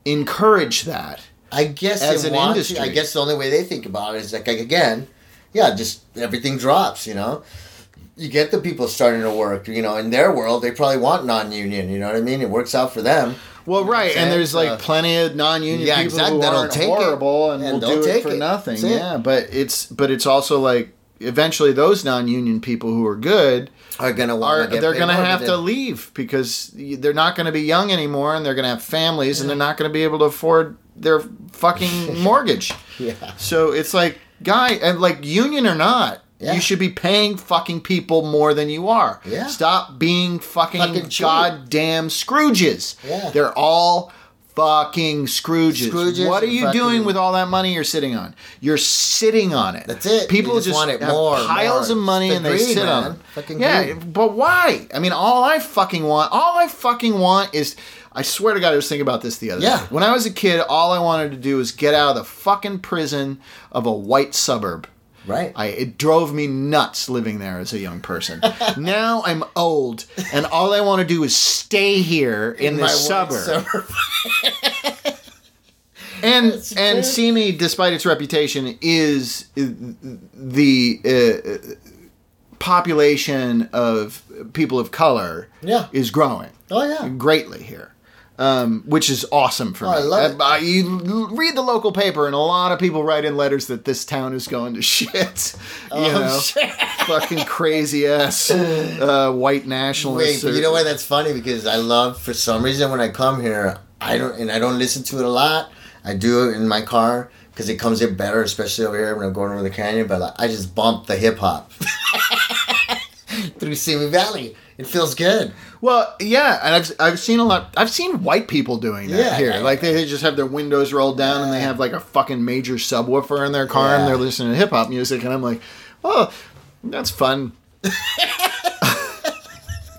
[SPEAKER 3] encourage that?
[SPEAKER 2] I guess
[SPEAKER 3] as
[SPEAKER 2] they
[SPEAKER 3] an
[SPEAKER 2] want to-
[SPEAKER 3] industry.
[SPEAKER 2] I guess the only way they think about it is like, like, again, yeah, just everything drops. You know, you get the people starting to work. You know, in their world, they probably want non-union. You know what I mean? It works out for them.
[SPEAKER 3] Well, right, and
[SPEAKER 2] That's
[SPEAKER 3] there's
[SPEAKER 2] uh,
[SPEAKER 3] like plenty of non-union
[SPEAKER 2] yeah,
[SPEAKER 3] people
[SPEAKER 2] exact-
[SPEAKER 3] who
[SPEAKER 2] that'll
[SPEAKER 3] aren't
[SPEAKER 2] take it,
[SPEAKER 3] horrible and,
[SPEAKER 2] and
[SPEAKER 3] will do
[SPEAKER 2] they'll
[SPEAKER 3] it
[SPEAKER 2] take
[SPEAKER 3] for
[SPEAKER 2] it.
[SPEAKER 3] nothing.
[SPEAKER 2] That's it.
[SPEAKER 3] Yeah, but it's but it's also like eventually those non-union people who are good
[SPEAKER 2] Are gonna
[SPEAKER 3] are
[SPEAKER 2] want.
[SPEAKER 3] they're going to have to leave because y- they're not going to be young anymore and they're going to have families and they're not going to be able to afford their fucking mortgage.
[SPEAKER 2] Yeah.
[SPEAKER 3] So it's like guy and like union or not.
[SPEAKER 2] Yeah.
[SPEAKER 3] You should be paying fucking people more than you are.
[SPEAKER 2] Yeah.
[SPEAKER 3] Stop being fucking,
[SPEAKER 2] Fucking cheap.
[SPEAKER 3] goddamn Scrooges.
[SPEAKER 2] Yeah.
[SPEAKER 3] They're all fucking Scrooges.
[SPEAKER 2] Scrooges
[SPEAKER 3] what are
[SPEAKER 2] and
[SPEAKER 3] you
[SPEAKER 2] fucking-
[SPEAKER 3] doing with all that money you're sitting on? You're sitting on it.
[SPEAKER 2] That's it.
[SPEAKER 3] People
[SPEAKER 2] You just want it
[SPEAKER 3] have
[SPEAKER 2] more,
[SPEAKER 3] piles
[SPEAKER 2] more.
[SPEAKER 3] of money
[SPEAKER 2] It's the
[SPEAKER 3] and they
[SPEAKER 2] greed,
[SPEAKER 3] sit on
[SPEAKER 2] man.
[SPEAKER 3] it.
[SPEAKER 2] Fucking
[SPEAKER 3] yeah,
[SPEAKER 2] greed.
[SPEAKER 3] but why? I mean, all I fucking want, all I fucking want is, I swear to God, I was thinking about this the other
[SPEAKER 2] Yeah.
[SPEAKER 3] day. When I was a kid, all I wanted to do was get out of the fucking prison of a white suburb.
[SPEAKER 2] Right.
[SPEAKER 3] I, it drove me nuts living there as a young person. now I'm old, and all I want to do is stay here in,
[SPEAKER 2] My
[SPEAKER 3] this
[SPEAKER 2] white
[SPEAKER 3] suburb
[SPEAKER 2] suburb.
[SPEAKER 3] and and
[SPEAKER 2] true.
[SPEAKER 3] Simi, despite its reputation, is the uh, population of people of color
[SPEAKER 2] Yeah.
[SPEAKER 3] is growing
[SPEAKER 2] Oh yeah.
[SPEAKER 3] greatly here. Um, which is awesome for me.
[SPEAKER 2] Oh, I love it.
[SPEAKER 3] Uh, you l- read the local paper, and a lot of people write in letters that this town is going to shit. You
[SPEAKER 2] Oh,
[SPEAKER 3] know, fucking crazy ass uh, white
[SPEAKER 2] Wait,
[SPEAKER 3] nationalists.
[SPEAKER 2] but
[SPEAKER 3] or-
[SPEAKER 2] you know what? That's funny because I love for some reason when I come here, I don't and I don't listen to it a lot. I do it in my car because it comes in better, especially over here when I'm going over the canyon. But like, I just bump the hip hop through Simi Valley. It feels good.
[SPEAKER 3] Well, yeah, and I've I've seen a lot. I've seen white people doing that
[SPEAKER 2] Yeah,
[SPEAKER 3] here.
[SPEAKER 2] yeah,
[SPEAKER 3] like they, just have their windows rolled down and they have like a fucking major subwoofer in their car and
[SPEAKER 2] Yeah.
[SPEAKER 3] they're listening to hip hop music. And I'm like, oh, that's fun.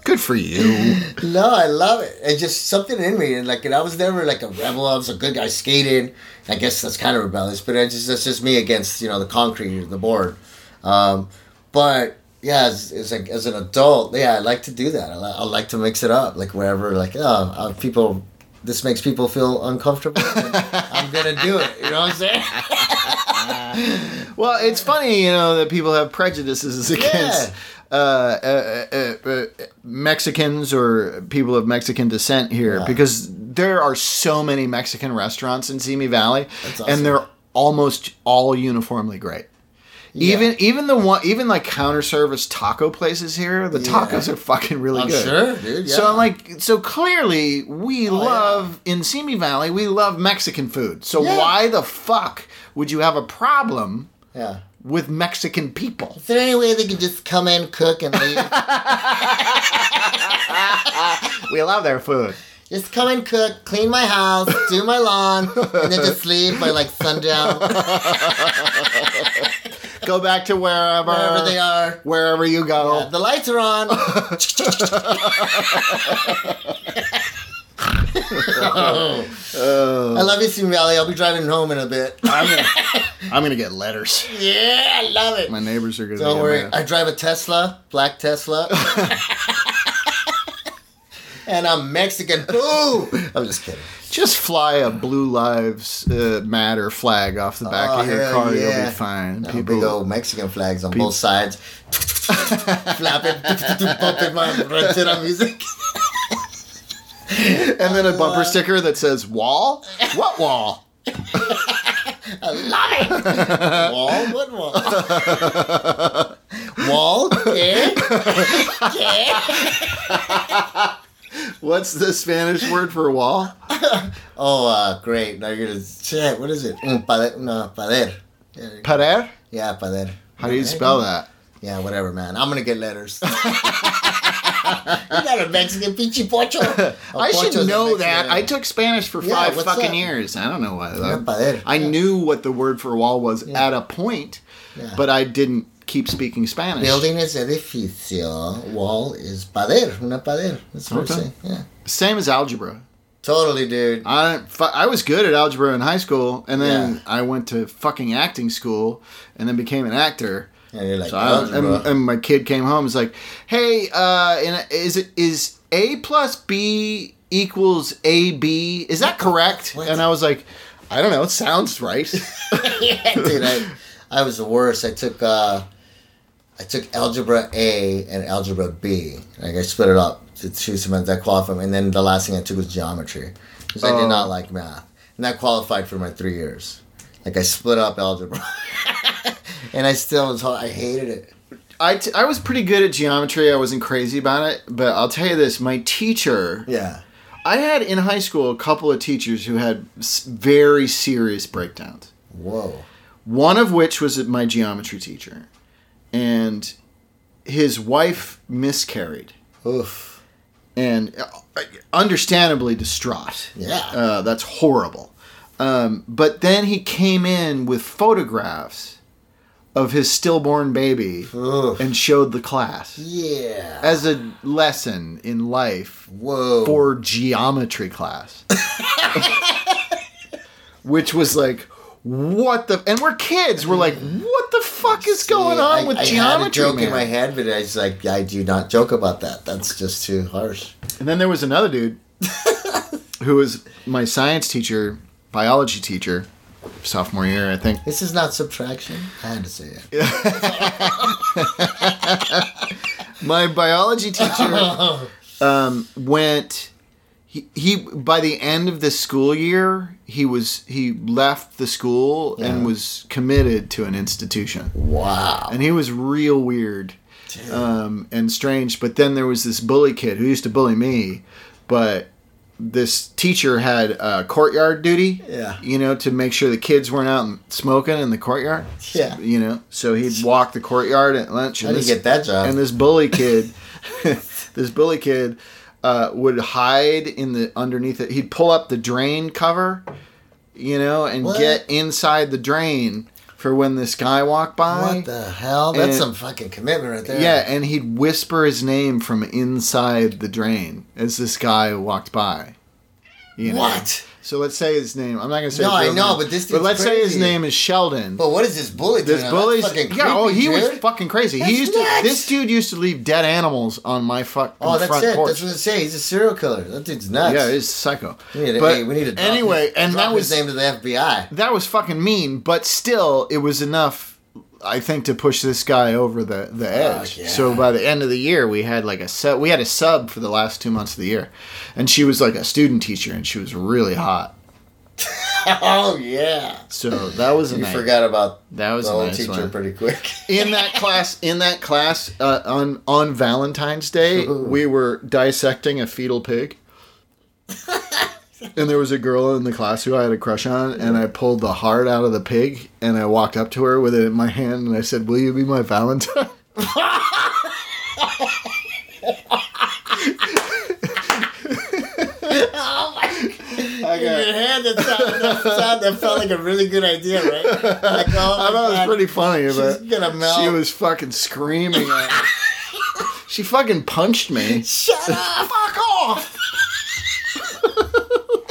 [SPEAKER 3] Good for you.
[SPEAKER 2] No, I love it. It's just something in me, and like, and I was never like a rebel. I was a good guy. I skated. I guess that's kind of rebellious, but it's just that's just me against you know the concrete, or the board. Um, but yeah, as, as, like, as an adult, yeah, I like to do that. I, li- I like to mix it up, like wherever, like oh, uh, people. This makes people feel uncomfortable. and I'm gonna do it. You know what I'm saying?
[SPEAKER 3] Well, it's funny, you know, that people have prejudices against uh, uh, uh, uh, uh, Mexicans or people of Mexican descent here because there are so many Mexican restaurants in Simi Valley,
[SPEAKER 2] That's awesome.
[SPEAKER 3] and they're almost all uniformly great. Even even the one even like counter service taco places here, the
[SPEAKER 2] Yeah.
[SPEAKER 3] tacos are fucking really
[SPEAKER 2] I'm
[SPEAKER 3] good.
[SPEAKER 2] sure, dude. Yeah. Oh,
[SPEAKER 3] So I'm like, so clearly we love in Simi Valley, we love Mexican food. So
[SPEAKER 2] Yeah.
[SPEAKER 3] why the fuck would you have a problem
[SPEAKER 2] yeah.
[SPEAKER 3] with Mexican people?
[SPEAKER 2] Is there any way they can just come in, cook, and leave?
[SPEAKER 3] We love their food.
[SPEAKER 2] Just come and cook, clean my house, do my lawn, and then just leave by like sundown,
[SPEAKER 3] Go back to wherever
[SPEAKER 2] wherever they are.
[SPEAKER 3] wherever you go.
[SPEAKER 2] Uh, the lights are on. I love you, Simi Valley. I'll be driving home in a bit.
[SPEAKER 3] I'm gonna, I'm gonna get letters.
[SPEAKER 2] yeah, I love it.
[SPEAKER 3] My neighbors are gonna.
[SPEAKER 2] Don't
[SPEAKER 3] get
[SPEAKER 2] worry.
[SPEAKER 3] mad.
[SPEAKER 2] I drive a Tesla, black Tesla. and I'm Mexican. Ooh! I'm just kidding.
[SPEAKER 3] Just fly a blue lives uh, matter flag off the back
[SPEAKER 2] Oh,
[SPEAKER 3] of your
[SPEAKER 2] hell
[SPEAKER 3] car. You'll
[SPEAKER 2] yeah.
[SPEAKER 3] be fine.
[SPEAKER 2] Oh, big old Mexican flags on both sides. Flapping, bumping my ranchera music.
[SPEAKER 3] and then a bumper sticker that says "Wall." What wall?
[SPEAKER 2] Wall, what wall? wall. Yeah.
[SPEAKER 3] What's the Spanish word for wall?
[SPEAKER 2] Oh, uh, great. Now you're gonna shit. What is it? Un pader, no, pader.
[SPEAKER 3] Parer?
[SPEAKER 2] Yeah, pader.
[SPEAKER 3] How do you spell that?
[SPEAKER 2] Yeah, whatever, man. I'm gonna get letters. you got a Mexican pichi pocho. Oh,
[SPEAKER 3] I
[SPEAKER 2] pocho's
[SPEAKER 3] should
[SPEAKER 2] a
[SPEAKER 3] know
[SPEAKER 2] Mexican
[SPEAKER 3] that.
[SPEAKER 2] animal.
[SPEAKER 3] I took Spanish for
[SPEAKER 2] Yeah,
[SPEAKER 3] five
[SPEAKER 2] what's
[SPEAKER 3] fucking
[SPEAKER 2] that?
[SPEAKER 3] years. I don't know why.
[SPEAKER 2] Yeah,
[SPEAKER 3] though.
[SPEAKER 2] pader.
[SPEAKER 3] I
[SPEAKER 2] Yeah.
[SPEAKER 3] knew what the word for wall was
[SPEAKER 2] Yeah.
[SPEAKER 3] at a point,
[SPEAKER 2] Yeah.
[SPEAKER 3] but I didn't keep speaking Spanish.
[SPEAKER 2] Building is edificio. Wall is pader. Una pader. That's what
[SPEAKER 3] Okay.
[SPEAKER 2] I'm
[SPEAKER 3] Ah,
[SPEAKER 2] saying. Yeah.
[SPEAKER 3] Same as algebra.
[SPEAKER 2] Totally, dude.
[SPEAKER 3] I fu- I was good at algebra in high school, and then
[SPEAKER 2] Yeah.
[SPEAKER 3] I went to fucking acting school, and then became an actor.
[SPEAKER 2] And you're like,
[SPEAKER 3] So I, and,
[SPEAKER 2] algebra.
[SPEAKER 3] and my kid came home. It's like, hey, uh, and is it is a plus b equals a b? Is that correct?
[SPEAKER 2] What?
[SPEAKER 3] And I was like, I don't know. It sounds right.
[SPEAKER 2] yeah, dude, I, I was the worst. I took uh, I took algebra A and algebra B. Like I split it up to two semesters that qualified, me. and then the last thing I took was geometry because I
[SPEAKER 3] Oh.
[SPEAKER 2] did not like math, and that qualified for my three years. Like I split up algebra, and I still was hard. I hated it.
[SPEAKER 3] I, t- I was pretty good at geometry. I wasn't crazy about it, but I'll tell you this: my teacher.
[SPEAKER 2] Yeah,
[SPEAKER 3] I had in high school a couple of teachers who had s- very serious breakdowns.
[SPEAKER 2] whoa,
[SPEAKER 3] One of which was my geometry teacher, and his wife miscarried
[SPEAKER 2] oof,
[SPEAKER 3] and uh, understandably distraught.
[SPEAKER 2] yeah,
[SPEAKER 3] Uh, that's horrible. Um, but then he came in with photographs of his stillborn baby
[SPEAKER 2] oof,
[SPEAKER 3] and showed the class
[SPEAKER 2] yeah,
[SPEAKER 3] as a lesson in life
[SPEAKER 2] whoa,
[SPEAKER 3] for geometry class. Which was like, what the? And we're kids. We're like, what the fuck is going
[SPEAKER 2] Yeah,
[SPEAKER 3] on
[SPEAKER 2] I-
[SPEAKER 3] with
[SPEAKER 2] I had a
[SPEAKER 3] geometry?
[SPEAKER 2] joke in
[SPEAKER 3] man?
[SPEAKER 2] my head, but I was like, I do not joke about that. That's just too harsh.
[SPEAKER 3] And then there was another dude who was my science teacher, biology teacher, sophomore year, I think.
[SPEAKER 2] This is not subtraction. I had to say it.
[SPEAKER 3] My biology teacher um, went. He, he by the end of the school year he was he left the school and
[SPEAKER 2] Yeah.
[SPEAKER 3] was committed to an institution
[SPEAKER 2] Wow.
[SPEAKER 3] and he was real weird um, and strange. But then there was this bully kid who used to bully me, but this teacher had uh, courtyard duty.
[SPEAKER 2] Yeah.
[SPEAKER 3] you know, to make sure the kids weren't out and smoking in the courtyard.
[SPEAKER 2] Yeah.
[SPEAKER 3] you know, so he'd walk the courtyard at lunch.
[SPEAKER 2] How do you
[SPEAKER 3] this-
[SPEAKER 2] get that job?
[SPEAKER 3] and this bully kid, this bully kid uh, would hide in the underneath it. He'd pull up the drain cover, you know, and
[SPEAKER 2] What?
[SPEAKER 3] get inside the drain for when this guy walked by.
[SPEAKER 2] what the hell? That's some
[SPEAKER 3] and-
[SPEAKER 2] fucking commitment right there.
[SPEAKER 3] Yeah, and he'd whisper his name from inside the drain as this guy walked by. You know?
[SPEAKER 2] What?
[SPEAKER 3] So let's say his name. I'm not gonna say.
[SPEAKER 2] No,
[SPEAKER 3] his
[SPEAKER 2] I
[SPEAKER 3] real
[SPEAKER 2] know,
[SPEAKER 3] name,
[SPEAKER 2] but this
[SPEAKER 3] But
[SPEAKER 2] dude's
[SPEAKER 3] let's say his
[SPEAKER 2] crazy.
[SPEAKER 3] name is Sheldon.
[SPEAKER 2] But what is this bully doing?
[SPEAKER 3] this
[SPEAKER 2] Now,
[SPEAKER 3] bully's
[SPEAKER 2] that's fucking
[SPEAKER 3] yeah. Oh,
[SPEAKER 2] creepy,
[SPEAKER 3] he was
[SPEAKER 2] dude.
[SPEAKER 3] fucking crazy.
[SPEAKER 2] That's
[SPEAKER 3] he used
[SPEAKER 2] nuts.
[SPEAKER 3] to. This dude used to leave dead animals on my fuck.
[SPEAKER 2] Oh, that's
[SPEAKER 3] front
[SPEAKER 2] it.
[SPEAKER 3] Porch.
[SPEAKER 2] That's what I say. He's a serial killer. That dude's nuts.
[SPEAKER 3] yeah, he's psycho.
[SPEAKER 2] we need to,
[SPEAKER 3] but
[SPEAKER 2] hey, we need to drop
[SPEAKER 3] anyway,
[SPEAKER 2] his,
[SPEAKER 3] and
[SPEAKER 2] drop
[SPEAKER 3] that was
[SPEAKER 2] his name to the FBI.
[SPEAKER 3] that was fucking mean, but still, it was enough, I think, to push this guy over the the edge.
[SPEAKER 2] yeah.
[SPEAKER 3] So by the end of the year, we had like a sub. We had a sub for the last two months of the year, and she was like a student teacher, and she was really hot.
[SPEAKER 2] Oh yeah.
[SPEAKER 3] So that was a
[SPEAKER 2] You
[SPEAKER 3] night.
[SPEAKER 2] forgot about
[SPEAKER 3] That was
[SPEAKER 2] the
[SPEAKER 3] a
[SPEAKER 2] whole
[SPEAKER 3] nice
[SPEAKER 2] teacher
[SPEAKER 3] one.
[SPEAKER 2] pretty quick.
[SPEAKER 3] in that class in that class uh, on on Valentine's Day we were dissecting a fetal pig and there was a girl in the class who I had a crush on and I pulled the heart out of the pig and I walked up to her with it in my hand and I said will you be my valentine
[SPEAKER 2] Oh my god! In your head, that sounded, that sound- that felt like a really good idea, right? Like, oh,
[SPEAKER 3] I thought it was pretty funny but
[SPEAKER 2] She's gonna melt.
[SPEAKER 3] she was fucking screaming at me she fucking punched me
[SPEAKER 2] Shut up! Fuck off!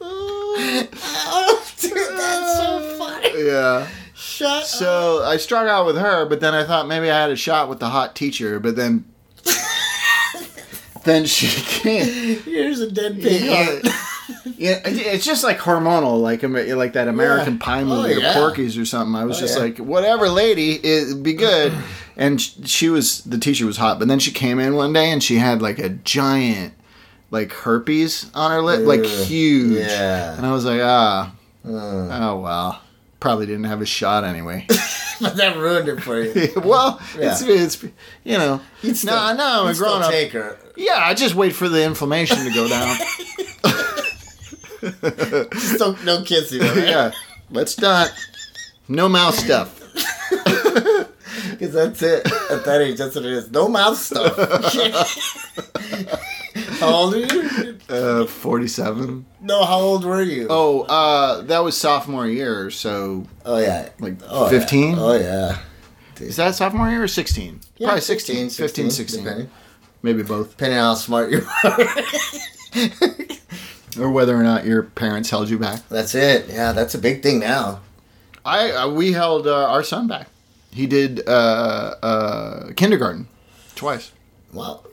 [SPEAKER 2] oh, dude, that's so funny.
[SPEAKER 3] yeah
[SPEAKER 2] Shut up.
[SPEAKER 3] So I struck out with her, but then I thought maybe I had a shot with the hot teacher, but then then she came.
[SPEAKER 2] Here's a dead pig.
[SPEAKER 3] Yeah,
[SPEAKER 2] heart.
[SPEAKER 3] yeah, it- it's just like hormonal, like Amer- like that American
[SPEAKER 2] Yeah.
[SPEAKER 3] Pie movie
[SPEAKER 2] Oh,
[SPEAKER 3] or
[SPEAKER 2] yeah.
[SPEAKER 3] Porky's or something. I was
[SPEAKER 2] Oh,
[SPEAKER 3] just
[SPEAKER 2] yeah.
[SPEAKER 3] like, whatever, lady, it be good. And sh- she was the teacher was hot, but then she came in one day and she had like a giant like herpes on her lip, like
[SPEAKER 2] Ugh.
[SPEAKER 3] huge.
[SPEAKER 2] Yeah.
[SPEAKER 3] And I was like, ah,
[SPEAKER 2] Mm.
[SPEAKER 3] oh well, probably didn't have a shot anyway.
[SPEAKER 2] but that ruined it for you.
[SPEAKER 3] well,
[SPEAKER 2] Yeah.
[SPEAKER 3] it's it's you know, it's no,
[SPEAKER 2] Still-
[SPEAKER 3] no, I'm a
[SPEAKER 2] you'd still
[SPEAKER 3] grown up.
[SPEAKER 2] Take her.
[SPEAKER 3] Yeah, I just wait for the inflammation to go down.
[SPEAKER 2] Still, no kissing. all Right?
[SPEAKER 3] yeah, let's not. No mouth stuff.
[SPEAKER 2] Because that's it. At that age, that's what it is. No mouth stuff. how old are you?
[SPEAKER 3] Uh, forty-seven.
[SPEAKER 2] No, how old were you?
[SPEAKER 3] Oh, uh, that was sophomore year. So
[SPEAKER 2] Oh, yeah.
[SPEAKER 3] like
[SPEAKER 2] Oh, yeah.
[SPEAKER 3] fifteen.
[SPEAKER 2] Oh, yeah.
[SPEAKER 3] Is that sophomore year or sixteen?
[SPEAKER 2] Yeah,
[SPEAKER 3] Probably 16, 15, 16.
[SPEAKER 2] Depending,
[SPEAKER 3] Maybe both.
[SPEAKER 2] depending on how smart you are.
[SPEAKER 3] Or whether or not your parents held you back.
[SPEAKER 2] That's it. Yeah, that's a big thing now.
[SPEAKER 3] I uh, we held uh, our son back. He did uh, uh, kindergarten twice
[SPEAKER 2] Wow.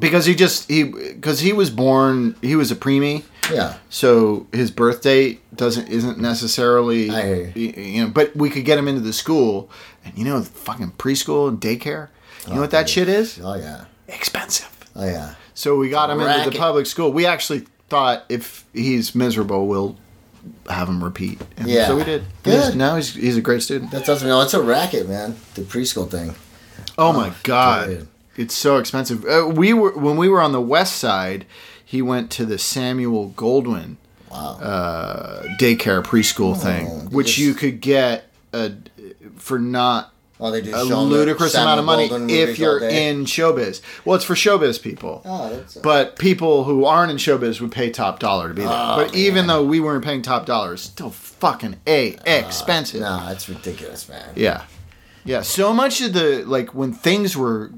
[SPEAKER 3] because he just he because he was born he was a preemie.
[SPEAKER 2] Yeah.
[SPEAKER 3] So his birth date doesn't isn't necessarily
[SPEAKER 2] I hear
[SPEAKER 3] you. know, but we could get him into the school, and you know, fucking preschool and daycare. You know what that shit is?
[SPEAKER 2] Oh, yeah.
[SPEAKER 3] Expensive.
[SPEAKER 2] Oh, yeah.
[SPEAKER 3] So we got him into the
[SPEAKER 2] Racket.
[SPEAKER 3] public school. We actually thought if he's miserable, we'll have him repeat. And
[SPEAKER 2] Yeah.
[SPEAKER 3] So we did.
[SPEAKER 2] Good.
[SPEAKER 3] He's- now he's he's a great student.
[SPEAKER 2] That doesn't know. It's a racket, man. The preschool thing.
[SPEAKER 3] Oh my god,
[SPEAKER 2] dude.
[SPEAKER 3] it's so expensive. Uh, we were when we were on the west side. He went to the Samuel Goldwyn
[SPEAKER 2] Wow. Oh,
[SPEAKER 3] uh, daycare preschool thing,
[SPEAKER 2] they
[SPEAKER 3] which
[SPEAKER 2] just-
[SPEAKER 3] you could get uh for not
[SPEAKER 2] Well, Oh, they do
[SPEAKER 3] a
[SPEAKER 2] show 'em the
[SPEAKER 3] ludicrous
[SPEAKER 2] Samuel
[SPEAKER 3] amount of money
[SPEAKER 2] Goldwyn movies
[SPEAKER 3] if you're
[SPEAKER 2] all day.
[SPEAKER 3] in showbiz. Well, it's for showbiz people.
[SPEAKER 2] Oh, that's-
[SPEAKER 3] But people who aren't in showbiz would pay top dollar to be there.
[SPEAKER 2] Oh,
[SPEAKER 3] but even though we weren't paying top dollar, it's still fucking a
[SPEAKER 2] Uh,
[SPEAKER 3] expensive.
[SPEAKER 2] Nah, it's ridiculous, man.
[SPEAKER 3] Yeah. Yeah. So much of the, like, when things were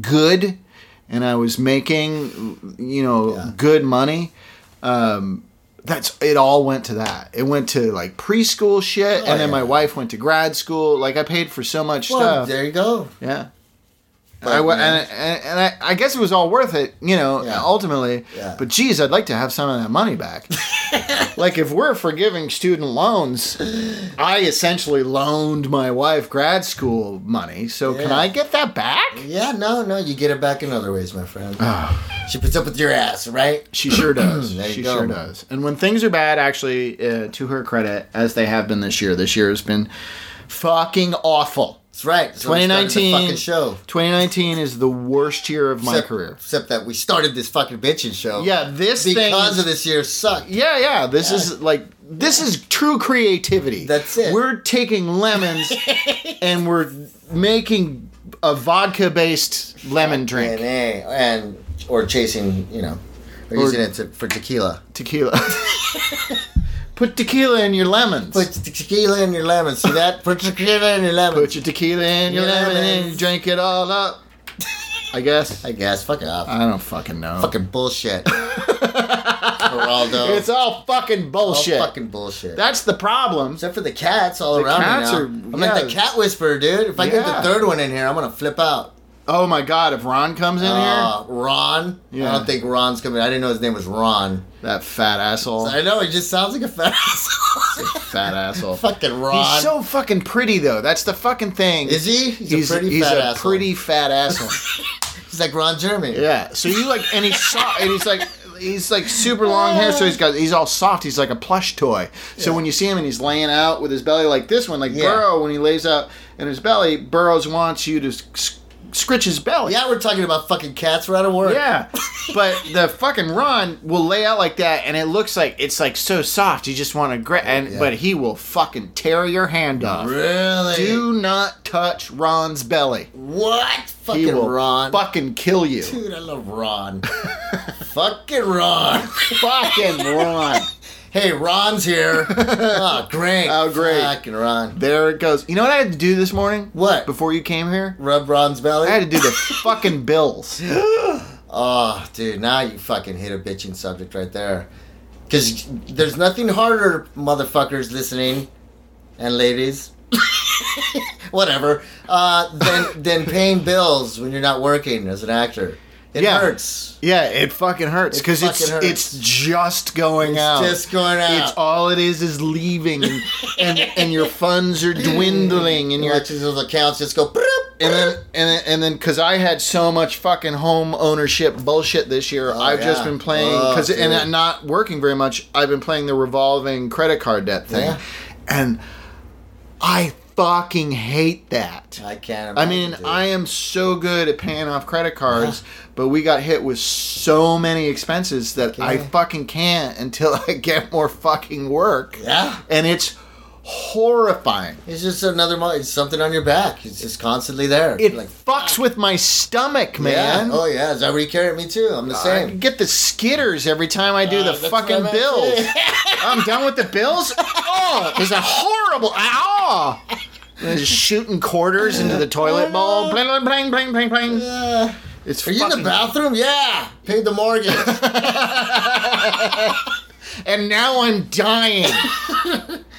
[SPEAKER 3] good and I was making, you know,
[SPEAKER 2] Yeah.
[SPEAKER 3] good money, um, that's it all went to that. It went to like preschool shit,
[SPEAKER 2] Oh,
[SPEAKER 3] and then
[SPEAKER 2] yeah.
[SPEAKER 3] my wife went to grad school. Like, I paid for so much
[SPEAKER 2] Well,
[SPEAKER 3] stuff.
[SPEAKER 2] there you go.
[SPEAKER 3] Yeah.
[SPEAKER 2] But,
[SPEAKER 3] I, wa-
[SPEAKER 2] man.
[SPEAKER 3] and and, and I, I guess it was all worth it, you know,
[SPEAKER 2] Yeah.
[SPEAKER 3] ultimately.
[SPEAKER 2] Yeah.
[SPEAKER 3] But geez, I'd like to have some of that money back. like, if we're forgiving student loans, I essentially loaned my wife grad school money. So can
[SPEAKER 2] Yeah.
[SPEAKER 3] I get that back?
[SPEAKER 2] Yeah, no, no, you get it back in other ways, my friend.
[SPEAKER 3] Ah.
[SPEAKER 2] she puts up with your ass, right?
[SPEAKER 3] She sure does.
[SPEAKER 2] There you
[SPEAKER 3] she
[SPEAKER 2] go.
[SPEAKER 3] sure does. And when things are bad, actually, uh, to her credit, as they have been this year, this year has been fucking awful.
[SPEAKER 2] That's right. That's when we started
[SPEAKER 3] 2019
[SPEAKER 2] the fucking show.
[SPEAKER 3] 2019 is the worst year of my
[SPEAKER 2] except,
[SPEAKER 3] career.
[SPEAKER 2] Except that we started this fucking bitching show.
[SPEAKER 3] Yeah, this thing
[SPEAKER 2] because of this year sucked.
[SPEAKER 3] Yeah, yeah. This is like this is true creativity.
[SPEAKER 2] That's it.
[SPEAKER 3] We're taking lemons and we're making a vodka-based lemon
[SPEAKER 2] And,
[SPEAKER 3] drink.
[SPEAKER 2] eh, and or chasing, you know, or, using it to, for tequila.
[SPEAKER 3] Tequila. Put tequila in your lemons.
[SPEAKER 2] Put
[SPEAKER 3] Put,
[SPEAKER 2] te- tequila in your lemon. See that? Put tequila in your lemon.
[SPEAKER 3] your tequila in your
[SPEAKER 2] Your
[SPEAKER 3] lemon and
[SPEAKER 2] lemons.
[SPEAKER 3] you drink it all up. I guess.
[SPEAKER 2] I guess. Fuck off.
[SPEAKER 3] I don't fucking know.
[SPEAKER 2] fucking bullshit. Geraldo.
[SPEAKER 3] It's all fucking
[SPEAKER 2] All
[SPEAKER 3] bullshit.
[SPEAKER 2] fucking bullshit.
[SPEAKER 3] That's the problem.
[SPEAKER 2] Except for the cats all
[SPEAKER 3] The
[SPEAKER 2] around
[SPEAKER 3] cats
[SPEAKER 2] me now.
[SPEAKER 3] are-
[SPEAKER 2] I'm
[SPEAKER 3] yeah.
[SPEAKER 2] like the cat whisperer, dude. If I get
[SPEAKER 3] Yeah.
[SPEAKER 2] the third one in here, I'm gonna flip out.
[SPEAKER 3] Oh my god, if Ron comes in Oh.
[SPEAKER 2] Uh, Ron.
[SPEAKER 3] Yeah.
[SPEAKER 2] I don't think Ron's coming. I didn't know his name was Ron.
[SPEAKER 3] here, that fat asshole.
[SPEAKER 2] I know he just sounds like a fat asshole.
[SPEAKER 3] fat asshole.
[SPEAKER 2] Fucking Ron.
[SPEAKER 3] He's so fucking pretty though. That's the fucking thing.
[SPEAKER 2] Is he? He's, a pretty
[SPEAKER 3] he's
[SPEAKER 2] fat
[SPEAKER 3] a
[SPEAKER 2] asshole.
[SPEAKER 3] pretty fat asshole.
[SPEAKER 2] He's like Ron Jeremy.
[SPEAKER 3] yeah. So you like, and he's soft, and he's like, he's like super long hair. So he's got, he's all soft. He's like a plush toy. So when you see him and he's laying out with his belly like this one, like
[SPEAKER 2] Yeah.
[SPEAKER 3] Burrow when he lays out in his belly, Burrows wants you to sc- scritch his belly.
[SPEAKER 2] Yeah, we're talking about fucking cats. We're out of work.
[SPEAKER 3] Yeah. But the fucking Ron will lay out like that, and it looks like it's like so soft. You just want to grab, and
[SPEAKER 2] Yeah.
[SPEAKER 3] but he will fucking tear your hand off.
[SPEAKER 2] Really?
[SPEAKER 3] Do not touch Ron's belly.
[SPEAKER 2] What?
[SPEAKER 3] He
[SPEAKER 2] Fucking
[SPEAKER 3] will
[SPEAKER 2] Ron.
[SPEAKER 3] fucking kill you.
[SPEAKER 2] Dude, I love Ron. fucking Ron.
[SPEAKER 3] fucking Ron.
[SPEAKER 2] hey, Ron's here. oh, great.
[SPEAKER 3] Oh, great.
[SPEAKER 2] Fucking Ron.
[SPEAKER 3] There it goes. You know what I had to do this morning?
[SPEAKER 2] What?
[SPEAKER 3] Before you came here?
[SPEAKER 2] Rub Ron's belly?
[SPEAKER 3] I had to do the fucking bills.
[SPEAKER 2] Oh, dude, now you fucking hit a bitching subject right there. Because there's nothing harder, motherfuckers listening and ladies, whatever, uh, than, than paying bills when you're not working as an actor. It
[SPEAKER 3] Yeah.
[SPEAKER 2] hurts.
[SPEAKER 3] Yeah, it fucking hurts
[SPEAKER 2] It
[SPEAKER 3] because it's
[SPEAKER 2] fucking hurts.
[SPEAKER 3] it's just going out.
[SPEAKER 2] Just going
[SPEAKER 3] it's
[SPEAKER 2] out.
[SPEAKER 3] all it is is leaving, and and, and your funds are dwindling, and
[SPEAKER 2] and your
[SPEAKER 3] you're
[SPEAKER 2] those accounts just go. "Broop."
[SPEAKER 3] and then and then and then because I had so much fucking home ownership bullshit this year, I've just
[SPEAKER 2] yeah.
[SPEAKER 3] been playing
[SPEAKER 2] Oh,
[SPEAKER 3] because and
[SPEAKER 2] dude.
[SPEAKER 3] I'm not working very much. I've been playing the revolving credit card debt thing,
[SPEAKER 2] Yeah.
[SPEAKER 3] and I fucking hate that.
[SPEAKER 2] I can't.
[SPEAKER 3] I
[SPEAKER 2] imagine,
[SPEAKER 3] mean,
[SPEAKER 2] dude.
[SPEAKER 3] I am so good at paying off credit cards, but we got hit with so many expenses that I
[SPEAKER 2] Yeah.
[SPEAKER 3] fucking can't until I get more fucking work.
[SPEAKER 2] Yeah.
[SPEAKER 3] And it's horrifying.
[SPEAKER 2] It's just another. mo- It's something on your back. It's just constantly there.
[SPEAKER 3] It fucks with my stomach, man.
[SPEAKER 2] Yeah. Oh yeah. Is that what you carry at me too? I'm the
[SPEAKER 3] I
[SPEAKER 2] same.
[SPEAKER 3] get the skitters every time I do
[SPEAKER 2] Uh,
[SPEAKER 3] the
[SPEAKER 2] that's
[SPEAKER 3] fucking
[SPEAKER 2] what I meant.
[SPEAKER 3] bills. I'm done with the bills. Oh, there's a horrible ow. Just shooting quarters into the toilet bowl. Bling, bling, bling, bling, bling, bling.
[SPEAKER 2] Uh,
[SPEAKER 3] It's
[SPEAKER 2] are you in the
[SPEAKER 3] fucking-
[SPEAKER 2] bathroom? Yeah. Paid the mortgage.
[SPEAKER 3] And now I'm dying.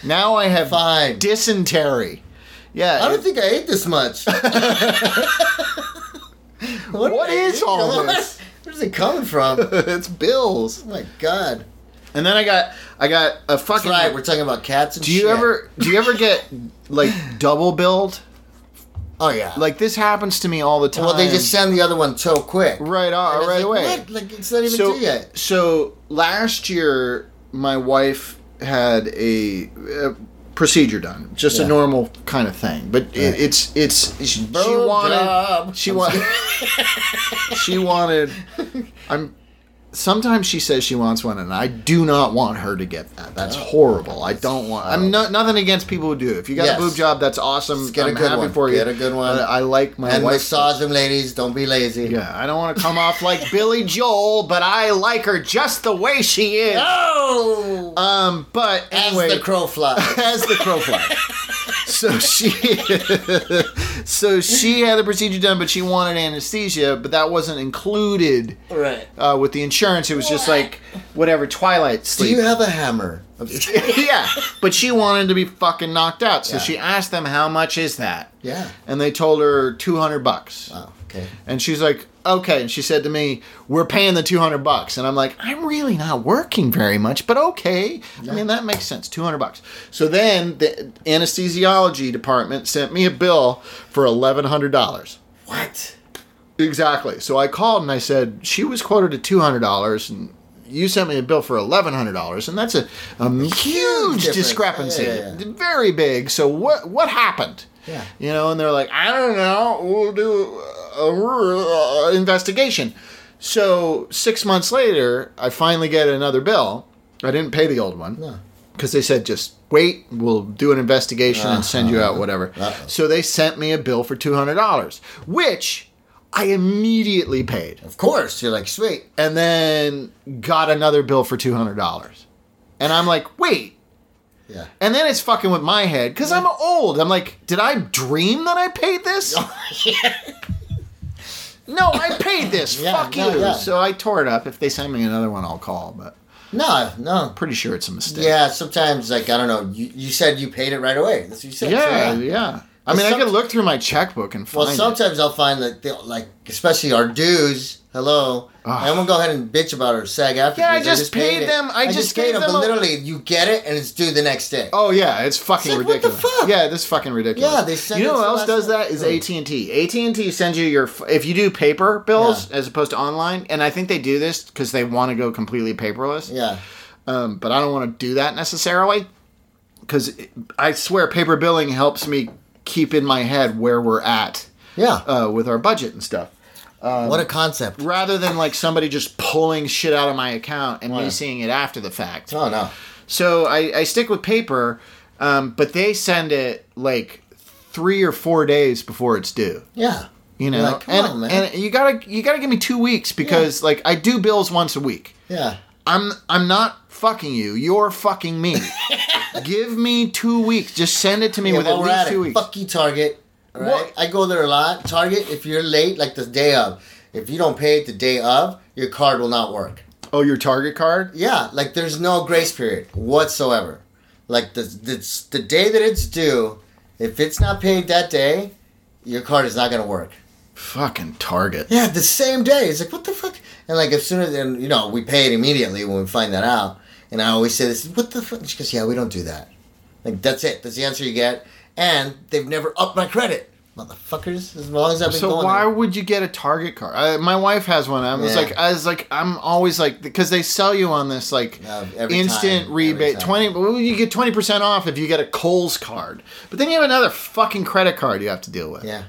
[SPEAKER 3] now I have
[SPEAKER 2] Fine.
[SPEAKER 3] dysentery. Yeah.
[SPEAKER 2] I don't think I ate this much. what
[SPEAKER 3] What
[SPEAKER 2] did I
[SPEAKER 3] is
[SPEAKER 2] eat?
[SPEAKER 3] all
[SPEAKER 2] What?
[SPEAKER 3] this?
[SPEAKER 2] Where's it coming from? Oh
[SPEAKER 3] it's bills.
[SPEAKER 2] my god.
[SPEAKER 3] And then I got I got a
[SPEAKER 2] That's
[SPEAKER 3] fucking
[SPEAKER 2] right. We're talking about cats and
[SPEAKER 3] Do you
[SPEAKER 2] shit.
[SPEAKER 3] ever do you ever get like double billed?
[SPEAKER 2] Oh yeah.
[SPEAKER 3] Like this happens to me all the time.
[SPEAKER 2] well, they just send the other one so quick.
[SPEAKER 3] right
[SPEAKER 2] And
[SPEAKER 3] off,
[SPEAKER 2] it's
[SPEAKER 3] right
[SPEAKER 2] like,
[SPEAKER 3] away.
[SPEAKER 2] What? Like it's not even
[SPEAKER 3] so,
[SPEAKER 2] due yet.
[SPEAKER 3] so last year, my wife had a, a procedure done, just
[SPEAKER 2] Yeah.
[SPEAKER 3] a normal kind of thing. But it,
[SPEAKER 2] Right.
[SPEAKER 3] it's it's she,
[SPEAKER 2] Boob
[SPEAKER 3] wanted
[SPEAKER 2] job.
[SPEAKER 3] she wanted she wanted. I'm. Sometimes she says she wants one, and I do not want her to get that. That's
[SPEAKER 2] Oh.
[SPEAKER 3] horrible. I don't want. I'm no, nothing against people who do. If you got
[SPEAKER 2] Yes.
[SPEAKER 3] a boob job, that's awesome.
[SPEAKER 2] Just get a
[SPEAKER 3] I'm
[SPEAKER 2] good
[SPEAKER 3] happy
[SPEAKER 2] one.
[SPEAKER 3] for you.
[SPEAKER 2] Get a good one.
[SPEAKER 3] But I like my
[SPEAKER 2] And
[SPEAKER 3] wife's
[SPEAKER 2] massage them, ladies. Don't be lazy.
[SPEAKER 3] yeah, I don't want to come off like Billy Joel, but I like her just the way she is.
[SPEAKER 2] Oh.
[SPEAKER 3] Um, but
[SPEAKER 2] As
[SPEAKER 3] anyway,
[SPEAKER 2] the crow flies.
[SPEAKER 3] as the crow flies. so she, so she had the procedure done, but she wanted anesthesia, but that wasn't included
[SPEAKER 2] right.
[SPEAKER 3] uh, with the insurance. It was just like whatever Twilight
[SPEAKER 2] Do
[SPEAKER 3] sleep.
[SPEAKER 2] you have a hammer? I'm just kidding.
[SPEAKER 3] yeah, but she wanted to be fucking knocked out, so
[SPEAKER 2] Yeah.
[SPEAKER 3] she asked them how much is that,
[SPEAKER 2] yeah.
[SPEAKER 3] and they told her two hundred bucks.
[SPEAKER 2] Oh, okay.
[SPEAKER 3] And she's like, okay. And she said to me, we're paying the 200 bucks. And I'm like, I'm really not working very much, but okay. I mean, that makes sense. 200 bucks. So then the anesthesiology department sent me a bill for $1,100.
[SPEAKER 2] What?
[SPEAKER 3] Exactly. So I called and I said, she was quoted at $200 and you sent me a bill for $1,100. And that's a, a huge
[SPEAKER 2] difference.
[SPEAKER 3] discrepancy.
[SPEAKER 2] Yeah, yeah, yeah.
[SPEAKER 3] Very big. So what, what happened?
[SPEAKER 2] Yeah.
[SPEAKER 3] You know, and they're like, I don't know, we'll do a uh, investigation. So six months later, I finally get another bill. I didn't pay the old one.
[SPEAKER 2] No.
[SPEAKER 3] Because they said, just wait, we'll do an investigation and send you out
[SPEAKER 2] Uh-huh.
[SPEAKER 3] whatever.
[SPEAKER 2] Uh-oh.
[SPEAKER 3] So they sent me a bill for $200, which I immediately paid
[SPEAKER 2] Of course. You're like, sweet.
[SPEAKER 3] and then got another bill for $200. And I'm like, wait,
[SPEAKER 2] Yeah.
[SPEAKER 3] and then it's fucking with my head because I'm old. I'm like, did I dream that I paid this? no, I paid this.
[SPEAKER 2] Yeah,
[SPEAKER 3] Fuck
[SPEAKER 2] no,
[SPEAKER 3] you.
[SPEAKER 2] yeah.
[SPEAKER 3] So I tore it up. If they send me another one, I'll call. But
[SPEAKER 2] No, no.
[SPEAKER 3] pretty sure it's a mistake.
[SPEAKER 2] Yeah, sometimes, like, I don't know. You, you said you paid it right away. That's what you said.
[SPEAKER 3] yeah,
[SPEAKER 2] So,
[SPEAKER 3] yeah. I mean, I
[SPEAKER 2] Some-
[SPEAKER 3] could look through my checkbook and find
[SPEAKER 2] Well,
[SPEAKER 3] it.
[SPEAKER 2] sometimes I'll find that, they'll, like, especially our dues. Hello,
[SPEAKER 3] Ah.
[SPEAKER 2] and we'll go ahead and bitch about our SAG after.
[SPEAKER 3] Yeah, I
[SPEAKER 2] dues.
[SPEAKER 3] just paid
[SPEAKER 2] it.
[SPEAKER 3] them- I just
[SPEAKER 2] paid
[SPEAKER 3] gave
[SPEAKER 2] them,
[SPEAKER 3] them
[SPEAKER 2] but
[SPEAKER 3] a-
[SPEAKER 2] literally, you get it and it's due the next day.
[SPEAKER 3] Oh yeah, it's fucking
[SPEAKER 2] It's like, what the
[SPEAKER 3] ridiculous.
[SPEAKER 2] fuck?
[SPEAKER 3] Yeah, this is fucking ridiculous.
[SPEAKER 2] Yeah, they send
[SPEAKER 3] You know
[SPEAKER 2] it
[SPEAKER 3] what
[SPEAKER 2] to
[SPEAKER 3] else
[SPEAKER 2] us-
[SPEAKER 3] does that is AT and T. AT and T sends you your f- if you do paper bills as opposed to online, and I think they do this because they want to go completely paperless.
[SPEAKER 2] Yeah.
[SPEAKER 3] um, but I don't want to do that necessarily because I swear paper billing helps me keep in my head where we're at
[SPEAKER 2] Yeah.
[SPEAKER 3] uh, with our budget and stuff. Um,
[SPEAKER 2] what a concept.
[SPEAKER 3] Rather than like somebody just pulling shit out of my account and me seeing it after the fact.
[SPEAKER 2] Oh no.
[SPEAKER 3] So I, I stick with paper, um, but they send it like three or four days before it's due.
[SPEAKER 2] Yeah.
[SPEAKER 3] You know,
[SPEAKER 2] You're like, come
[SPEAKER 3] and,
[SPEAKER 2] on, man.
[SPEAKER 3] and you gotta you gotta give me two weeks because like I do bills once a week.
[SPEAKER 2] yeah.
[SPEAKER 3] I'm I'm not fucking you. You're fucking me. Give me two weeks. Just send it to me
[SPEAKER 2] Yeah,
[SPEAKER 3] with
[SPEAKER 2] while
[SPEAKER 3] at
[SPEAKER 2] we're
[SPEAKER 3] least
[SPEAKER 2] at it,
[SPEAKER 3] two weeks.
[SPEAKER 2] Fuck you, Target. All right?
[SPEAKER 3] What?
[SPEAKER 2] I go there a lot. Target, if you're late, like the day of, if you don't pay it the day of, your card will not work.
[SPEAKER 3] Oh, your Target card?
[SPEAKER 2] Yeah, like there's no grace period whatsoever. Like the the, the day that it's due, if it's not paid that day, your card is not gonna work.
[SPEAKER 3] Fucking Target.
[SPEAKER 2] Yeah, the same day. It's like what the fuck? And like as soon as and you know we pay it immediately when we find that out. And I always say this: What the fuck? She goes, Yeah, we don't do that. Like that's it. That's the answer you get. And they've never upped my credit. motherfuckers. As long as I've been
[SPEAKER 3] So
[SPEAKER 2] going.
[SPEAKER 3] why
[SPEAKER 2] there.
[SPEAKER 3] would you get a Target card? I, my wife has one. I was
[SPEAKER 2] Yeah.
[SPEAKER 3] like, I was like, I'm always like, because they sell you on this like
[SPEAKER 2] Uh, every time,
[SPEAKER 3] instant
[SPEAKER 2] every
[SPEAKER 3] rebate
[SPEAKER 2] time.
[SPEAKER 3] twenty. Well, you get twenty percent off if you get a Kohl's card, but then you have another fucking credit card you have to deal with.
[SPEAKER 2] Yeah.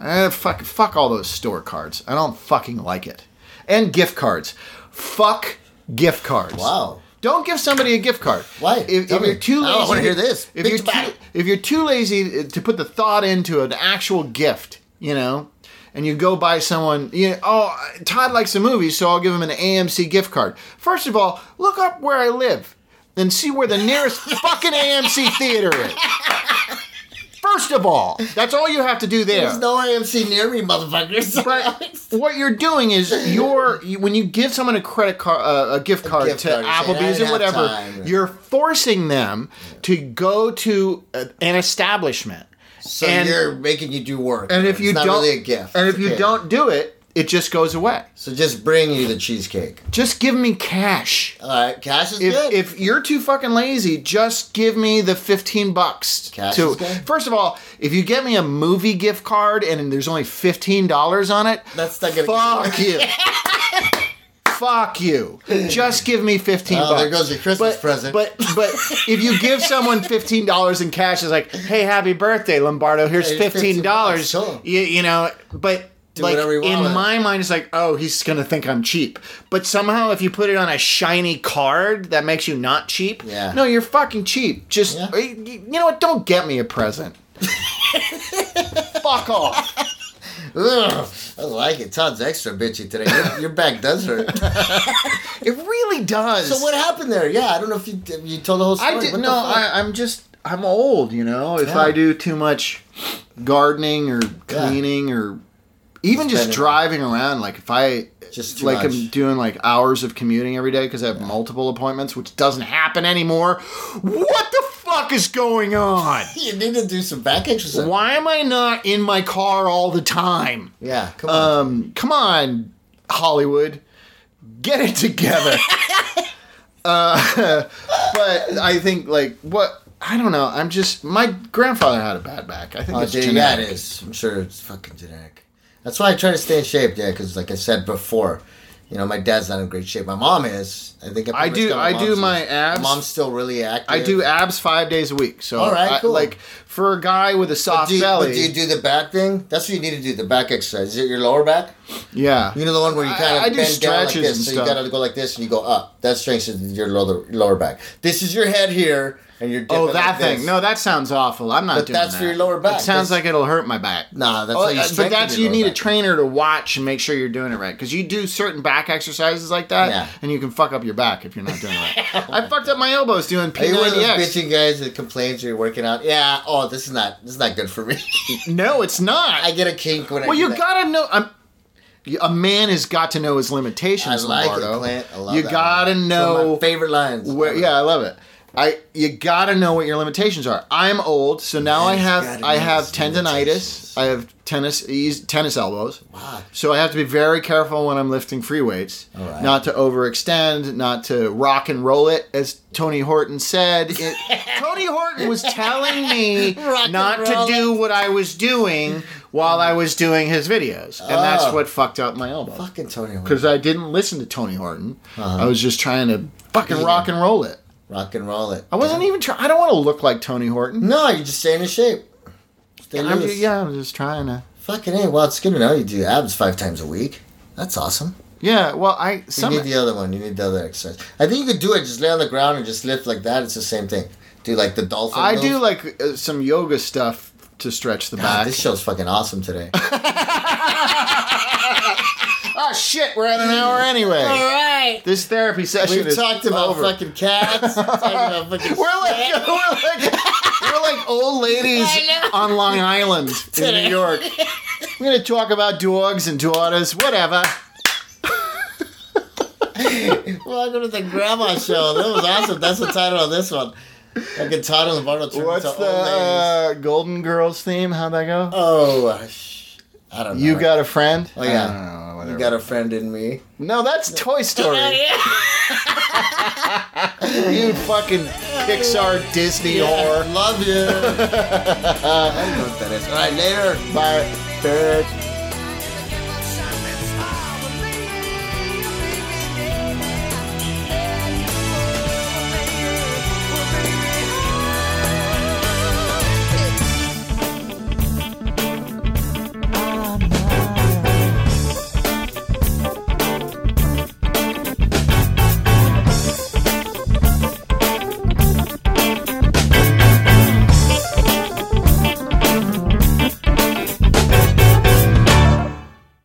[SPEAKER 3] Eh, fuck, fuck all those store cards. I don't fucking like it. And gift cards. Fuck gift cards.
[SPEAKER 2] Wow.
[SPEAKER 3] Don't give somebody a gift card.
[SPEAKER 2] Why?
[SPEAKER 3] If,
[SPEAKER 2] Tell
[SPEAKER 3] if
[SPEAKER 2] me. Oh,
[SPEAKER 3] you're too
[SPEAKER 2] I
[SPEAKER 3] lazy,
[SPEAKER 2] don't wanna hear this.
[SPEAKER 3] If
[SPEAKER 2] Bitch
[SPEAKER 3] you're,
[SPEAKER 2] about
[SPEAKER 3] too,
[SPEAKER 2] it.
[SPEAKER 3] if you're too lazy uh, to put the thought into an actual gift, you know, and you go buy someone, you know, oh, Todd likes a movie, so I'll give him an AMC gift card. First of all, look up where I live and see where the nearest fucking AMC theater is. First of all, that's all you have to do there.
[SPEAKER 2] There's no AMC near me, motherfuckers.
[SPEAKER 3] But what you're doing is you're you- when you give someone a credit card, uh, a gift card
[SPEAKER 2] gift
[SPEAKER 3] to
[SPEAKER 2] card, you're saying, "I
[SPEAKER 3] Applebee's
[SPEAKER 2] didn't
[SPEAKER 3] or
[SPEAKER 2] have
[SPEAKER 3] whatever,
[SPEAKER 2] time."
[SPEAKER 3] you're forcing them to go to a, an establishment.
[SPEAKER 2] so
[SPEAKER 3] and-
[SPEAKER 2] you're making you do work.
[SPEAKER 3] And if
[SPEAKER 2] It's
[SPEAKER 3] you
[SPEAKER 2] not
[SPEAKER 3] don't,
[SPEAKER 2] really a gift.
[SPEAKER 3] and
[SPEAKER 2] It's
[SPEAKER 3] if
[SPEAKER 2] a
[SPEAKER 3] you
[SPEAKER 2] cake.
[SPEAKER 3] don't do it, it just goes away.
[SPEAKER 2] so just bring you the cheesecake.
[SPEAKER 3] Just give me cash.
[SPEAKER 2] All right, cash is
[SPEAKER 3] If,
[SPEAKER 2] good.
[SPEAKER 3] if you're too fucking lazy, just give me the 15 bucks.
[SPEAKER 2] Cash
[SPEAKER 3] to,
[SPEAKER 2] is good.
[SPEAKER 3] First of all, if you get me a movie gift card and there's only $15 on it,
[SPEAKER 2] That's not gonna-
[SPEAKER 3] Fuck you. fuck you. Just give me 15
[SPEAKER 2] Oh,
[SPEAKER 3] bucks.
[SPEAKER 2] there goes your Christmas
[SPEAKER 3] but,
[SPEAKER 2] present.
[SPEAKER 3] But but if you give someone $15 in cash, it's like, "Hey, happy birthday, Lombardo. Here's
[SPEAKER 2] Hey, here's
[SPEAKER 3] $15."
[SPEAKER 2] $15, sure.
[SPEAKER 3] You, you know, but
[SPEAKER 2] Do
[SPEAKER 3] like
[SPEAKER 2] whatever you want
[SPEAKER 3] in
[SPEAKER 2] with it.
[SPEAKER 3] my mind it's like oh he's gonna think i'm cheap but somehow if you put it on a shiny card that makes you not cheap
[SPEAKER 2] Yeah.
[SPEAKER 3] no you're fucking cheap just
[SPEAKER 2] Yeah.
[SPEAKER 3] y- y- you know what don't get me a present fuck off
[SPEAKER 2] Ugh, I like it. Todd's extra bitchy today. Your, your back does hurt.
[SPEAKER 3] it really does
[SPEAKER 2] so what happened there? Yeah, I don't know if you you told the whole story.
[SPEAKER 3] i
[SPEAKER 2] What
[SPEAKER 3] didn't
[SPEAKER 2] the
[SPEAKER 3] know
[SPEAKER 2] fuck?
[SPEAKER 3] I, i'm just i'm old you know if
[SPEAKER 2] Yeah.
[SPEAKER 3] i do too much gardening or
[SPEAKER 2] Yeah.
[SPEAKER 3] cleaning or even just
[SPEAKER 2] better.
[SPEAKER 3] driving around like if i
[SPEAKER 2] Just too
[SPEAKER 3] like i'm
[SPEAKER 2] much.
[SPEAKER 3] doing like hours of commuting every day because i have multiple appointments which doesn't happen anymore what the fuck is going on
[SPEAKER 2] you need to do some back exercise.
[SPEAKER 3] why am i not in my car all the time
[SPEAKER 2] Yeah, come on.
[SPEAKER 3] um, come on, Hollywood, get it together. uh, but I think like what I don't know. I'm just my grandfather had a bad back. I think
[SPEAKER 2] Oh,
[SPEAKER 3] it's
[SPEAKER 2] dude, yeah,
[SPEAKER 3] genetic.
[SPEAKER 2] it is. I'm sure it's fucking genetic. That's why I try to stay in shape, yeah, because like I said before, you know, my dad's not in great shape. My mom is. I think if
[SPEAKER 3] I
[SPEAKER 2] it's
[SPEAKER 3] do-
[SPEAKER 2] got
[SPEAKER 3] I do
[SPEAKER 2] mom's-
[SPEAKER 3] my abs.
[SPEAKER 2] mom's still really active.
[SPEAKER 3] I do abs five days a week. So
[SPEAKER 2] All right,
[SPEAKER 3] I-
[SPEAKER 2] cool.
[SPEAKER 3] like for a guy with a soft
[SPEAKER 2] Do you,
[SPEAKER 3] belly,
[SPEAKER 2] but do you do the back thing? That's what you need to do. The back exercise. Is it your lower back?
[SPEAKER 3] yeah,
[SPEAKER 2] You know the one where you kind of
[SPEAKER 3] I- I do
[SPEAKER 2] bend down like
[SPEAKER 3] stretches
[SPEAKER 2] this,
[SPEAKER 3] and
[SPEAKER 2] so you
[SPEAKER 3] stuff.
[SPEAKER 2] gotta go like this, and you go up. That strengthens your lower lower back. This is your head here, and you're dipping
[SPEAKER 3] Oh, that
[SPEAKER 2] like
[SPEAKER 3] thing.
[SPEAKER 2] this.
[SPEAKER 3] No, that sounds awful. I'm not
[SPEAKER 2] But
[SPEAKER 3] doing
[SPEAKER 2] that's
[SPEAKER 3] that.
[SPEAKER 2] for your lower back.
[SPEAKER 3] It sounds
[SPEAKER 2] That's-
[SPEAKER 3] like it'll hurt my back.
[SPEAKER 2] nah, that's
[SPEAKER 3] Oh,
[SPEAKER 2] how you.
[SPEAKER 3] uh, but
[SPEAKER 2] strengthen
[SPEAKER 3] that's
[SPEAKER 2] your
[SPEAKER 3] you
[SPEAKER 2] lower
[SPEAKER 3] need a
[SPEAKER 2] back.
[SPEAKER 3] trainer to watch and make sure you're doing it right because you do certain back exercises like that,
[SPEAKER 2] Yeah.
[SPEAKER 3] and you can fuck up your back if you're not doing it right. I fucked up my elbows doing
[SPEAKER 2] Are you one of those
[SPEAKER 3] P90X.
[SPEAKER 2] bitchy guys that complains you're working out? Yeah. Oh, this is not this is not good for me.
[SPEAKER 3] No, it's not.
[SPEAKER 2] I get a kink when I.
[SPEAKER 3] well,
[SPEAKER 2] do
[SPEAKER 3] you
[SPEAKER 2] that.
[SPEAKER 3] gotta know. I'm, you- a man has got to know his
[SPEAKER 2] I
[SPEAKER 3] limitations,
[SPEAKER 2] like
[SPEAKER 3] Lombardo.
[SPEAKER 2] it, Clint. I love
[SPEAKER 3] you
[SPEAKER 2] that
[SPEAKER 3] gotta
[SPEAKER 2] line. It's one of
[SPEAKER 3] know.
[SPEAKER 2] my favorite lines.
[SPEAKER 3] Where, yeah, I love it. I you gotta know what your limitations are. I'm old, so now I
[SPEAKER 2] Man's
[SPEAKER 3] have
[SPEAKER 2] gotta
[SPEAKER 3] I
[SPEAKER 2] know
[SPEAKER 3] have
[SPEAKER 2] his
[SPEAKER 3] tendonitis.
[SPEAKER 2] limitations.
[SPEAKER 3] I have tennis ease- tennis elbows.
[SPEAKER 2] Wow.
[SPEAKER 3] So I have to be very careful when I'm lifting free weights,
[SPEAKER 2] All right.
[SPEAKER 3] not to overextend, not to rock and roll it, as Tony Horton said. It, Tony Horton was telling me
[SPEAKER 2] Rock and
[SPEAKER 3] not to
[SPEAKER 2] roll
[SPEAKER 3] do what I was doing while I was doing his videos, and that's
[SPEAKER 2] Oh.
[SPEAKER 3] what fucked up my elbow
[SPEAKER 2] Fucking Tony Horton.
[SPEAKER 3] because I didn't listen to Tony Horton. I was just trying to fucking
[SPEAKER 2] Uh-huh. Yeah.
[SPEAKER 3] rock and roll it.
[SPEAKER 2] Rock and roll it.
[SPEAKER 3] I wasn't even trying. I don't want to look like Tony Horton.
[SPEAKER 2] No, you're just staying in shape. Stay
[SPEAKER 3] I'm
[SPEAKER 2] loose.
[SPEAKER 3] just, yeah, I'm just trying to.
[SPEAKER 2] Fucking hey. Well, it's good to know you do abs five times a week. That's awesome.
[SPEAKER 3] Yeah, well, I
[SPEAKER 2] You
[SPEAKER 3] some
[SPEAKER 2] need the other one. You need the other exercise. I think you could do it. Just lay on the ground and just lift like that. It's the same thing. Do like the dolphin.
[SPEAKER 3] I
[SPEAKER 2] move.
[SPEAKER 3] do like uh, some yoga stuff to stretch the
[SPEAKER 2] God,
[SPEAKER 3] back.
[SPEAKER 2] this show's fucking awesome today.
[SPEAKER 3] oh shit, we're at an hour anyway. All right. This therapy session
[SPEAKER 2] We've
[SPEAKER 3] is
[SPEAKER 2] talked about
[SPEAKER 3] over.
[SPEAKER 2] fucking cats. talked about fucking
[SPEAKER 3] We're like, we're like we're like old ladies on Long Island in New York. We're gonna talk about dogs and daughters, whatever.
[SPEAKER 2] Welcome to the Grandma Show. That was awesome. That's the title of this one. Fucking Todd and Lombardo turned
[SPEAKER 3] What's
[SPEAKER 2] into
[SPEAKER 3] the
[SPEAKER 2] old ladies.
[SPEAKER 3] uh, Golden Girls theme? How'd that go?
[SPEAKER 2] Oh, uh, sh- I don't know.
[SPEAKER 3] You got a friend?
[SPEAKER 2] Oh, yeah.
[SPEAKER 3] I don't know,
[SPEAKER 2] You
[SPEAKER 4] whatever.
[SPEAKER 2] got a friend in me.
[SPEAKER 3] No, that's Toy Story. you fucking Pixar Disney whore.
[SPEAKER 2] Love you. I know what that is. All right, later.
[SPEAKER 3] Bye.
[SPEAKER 2] Bitch.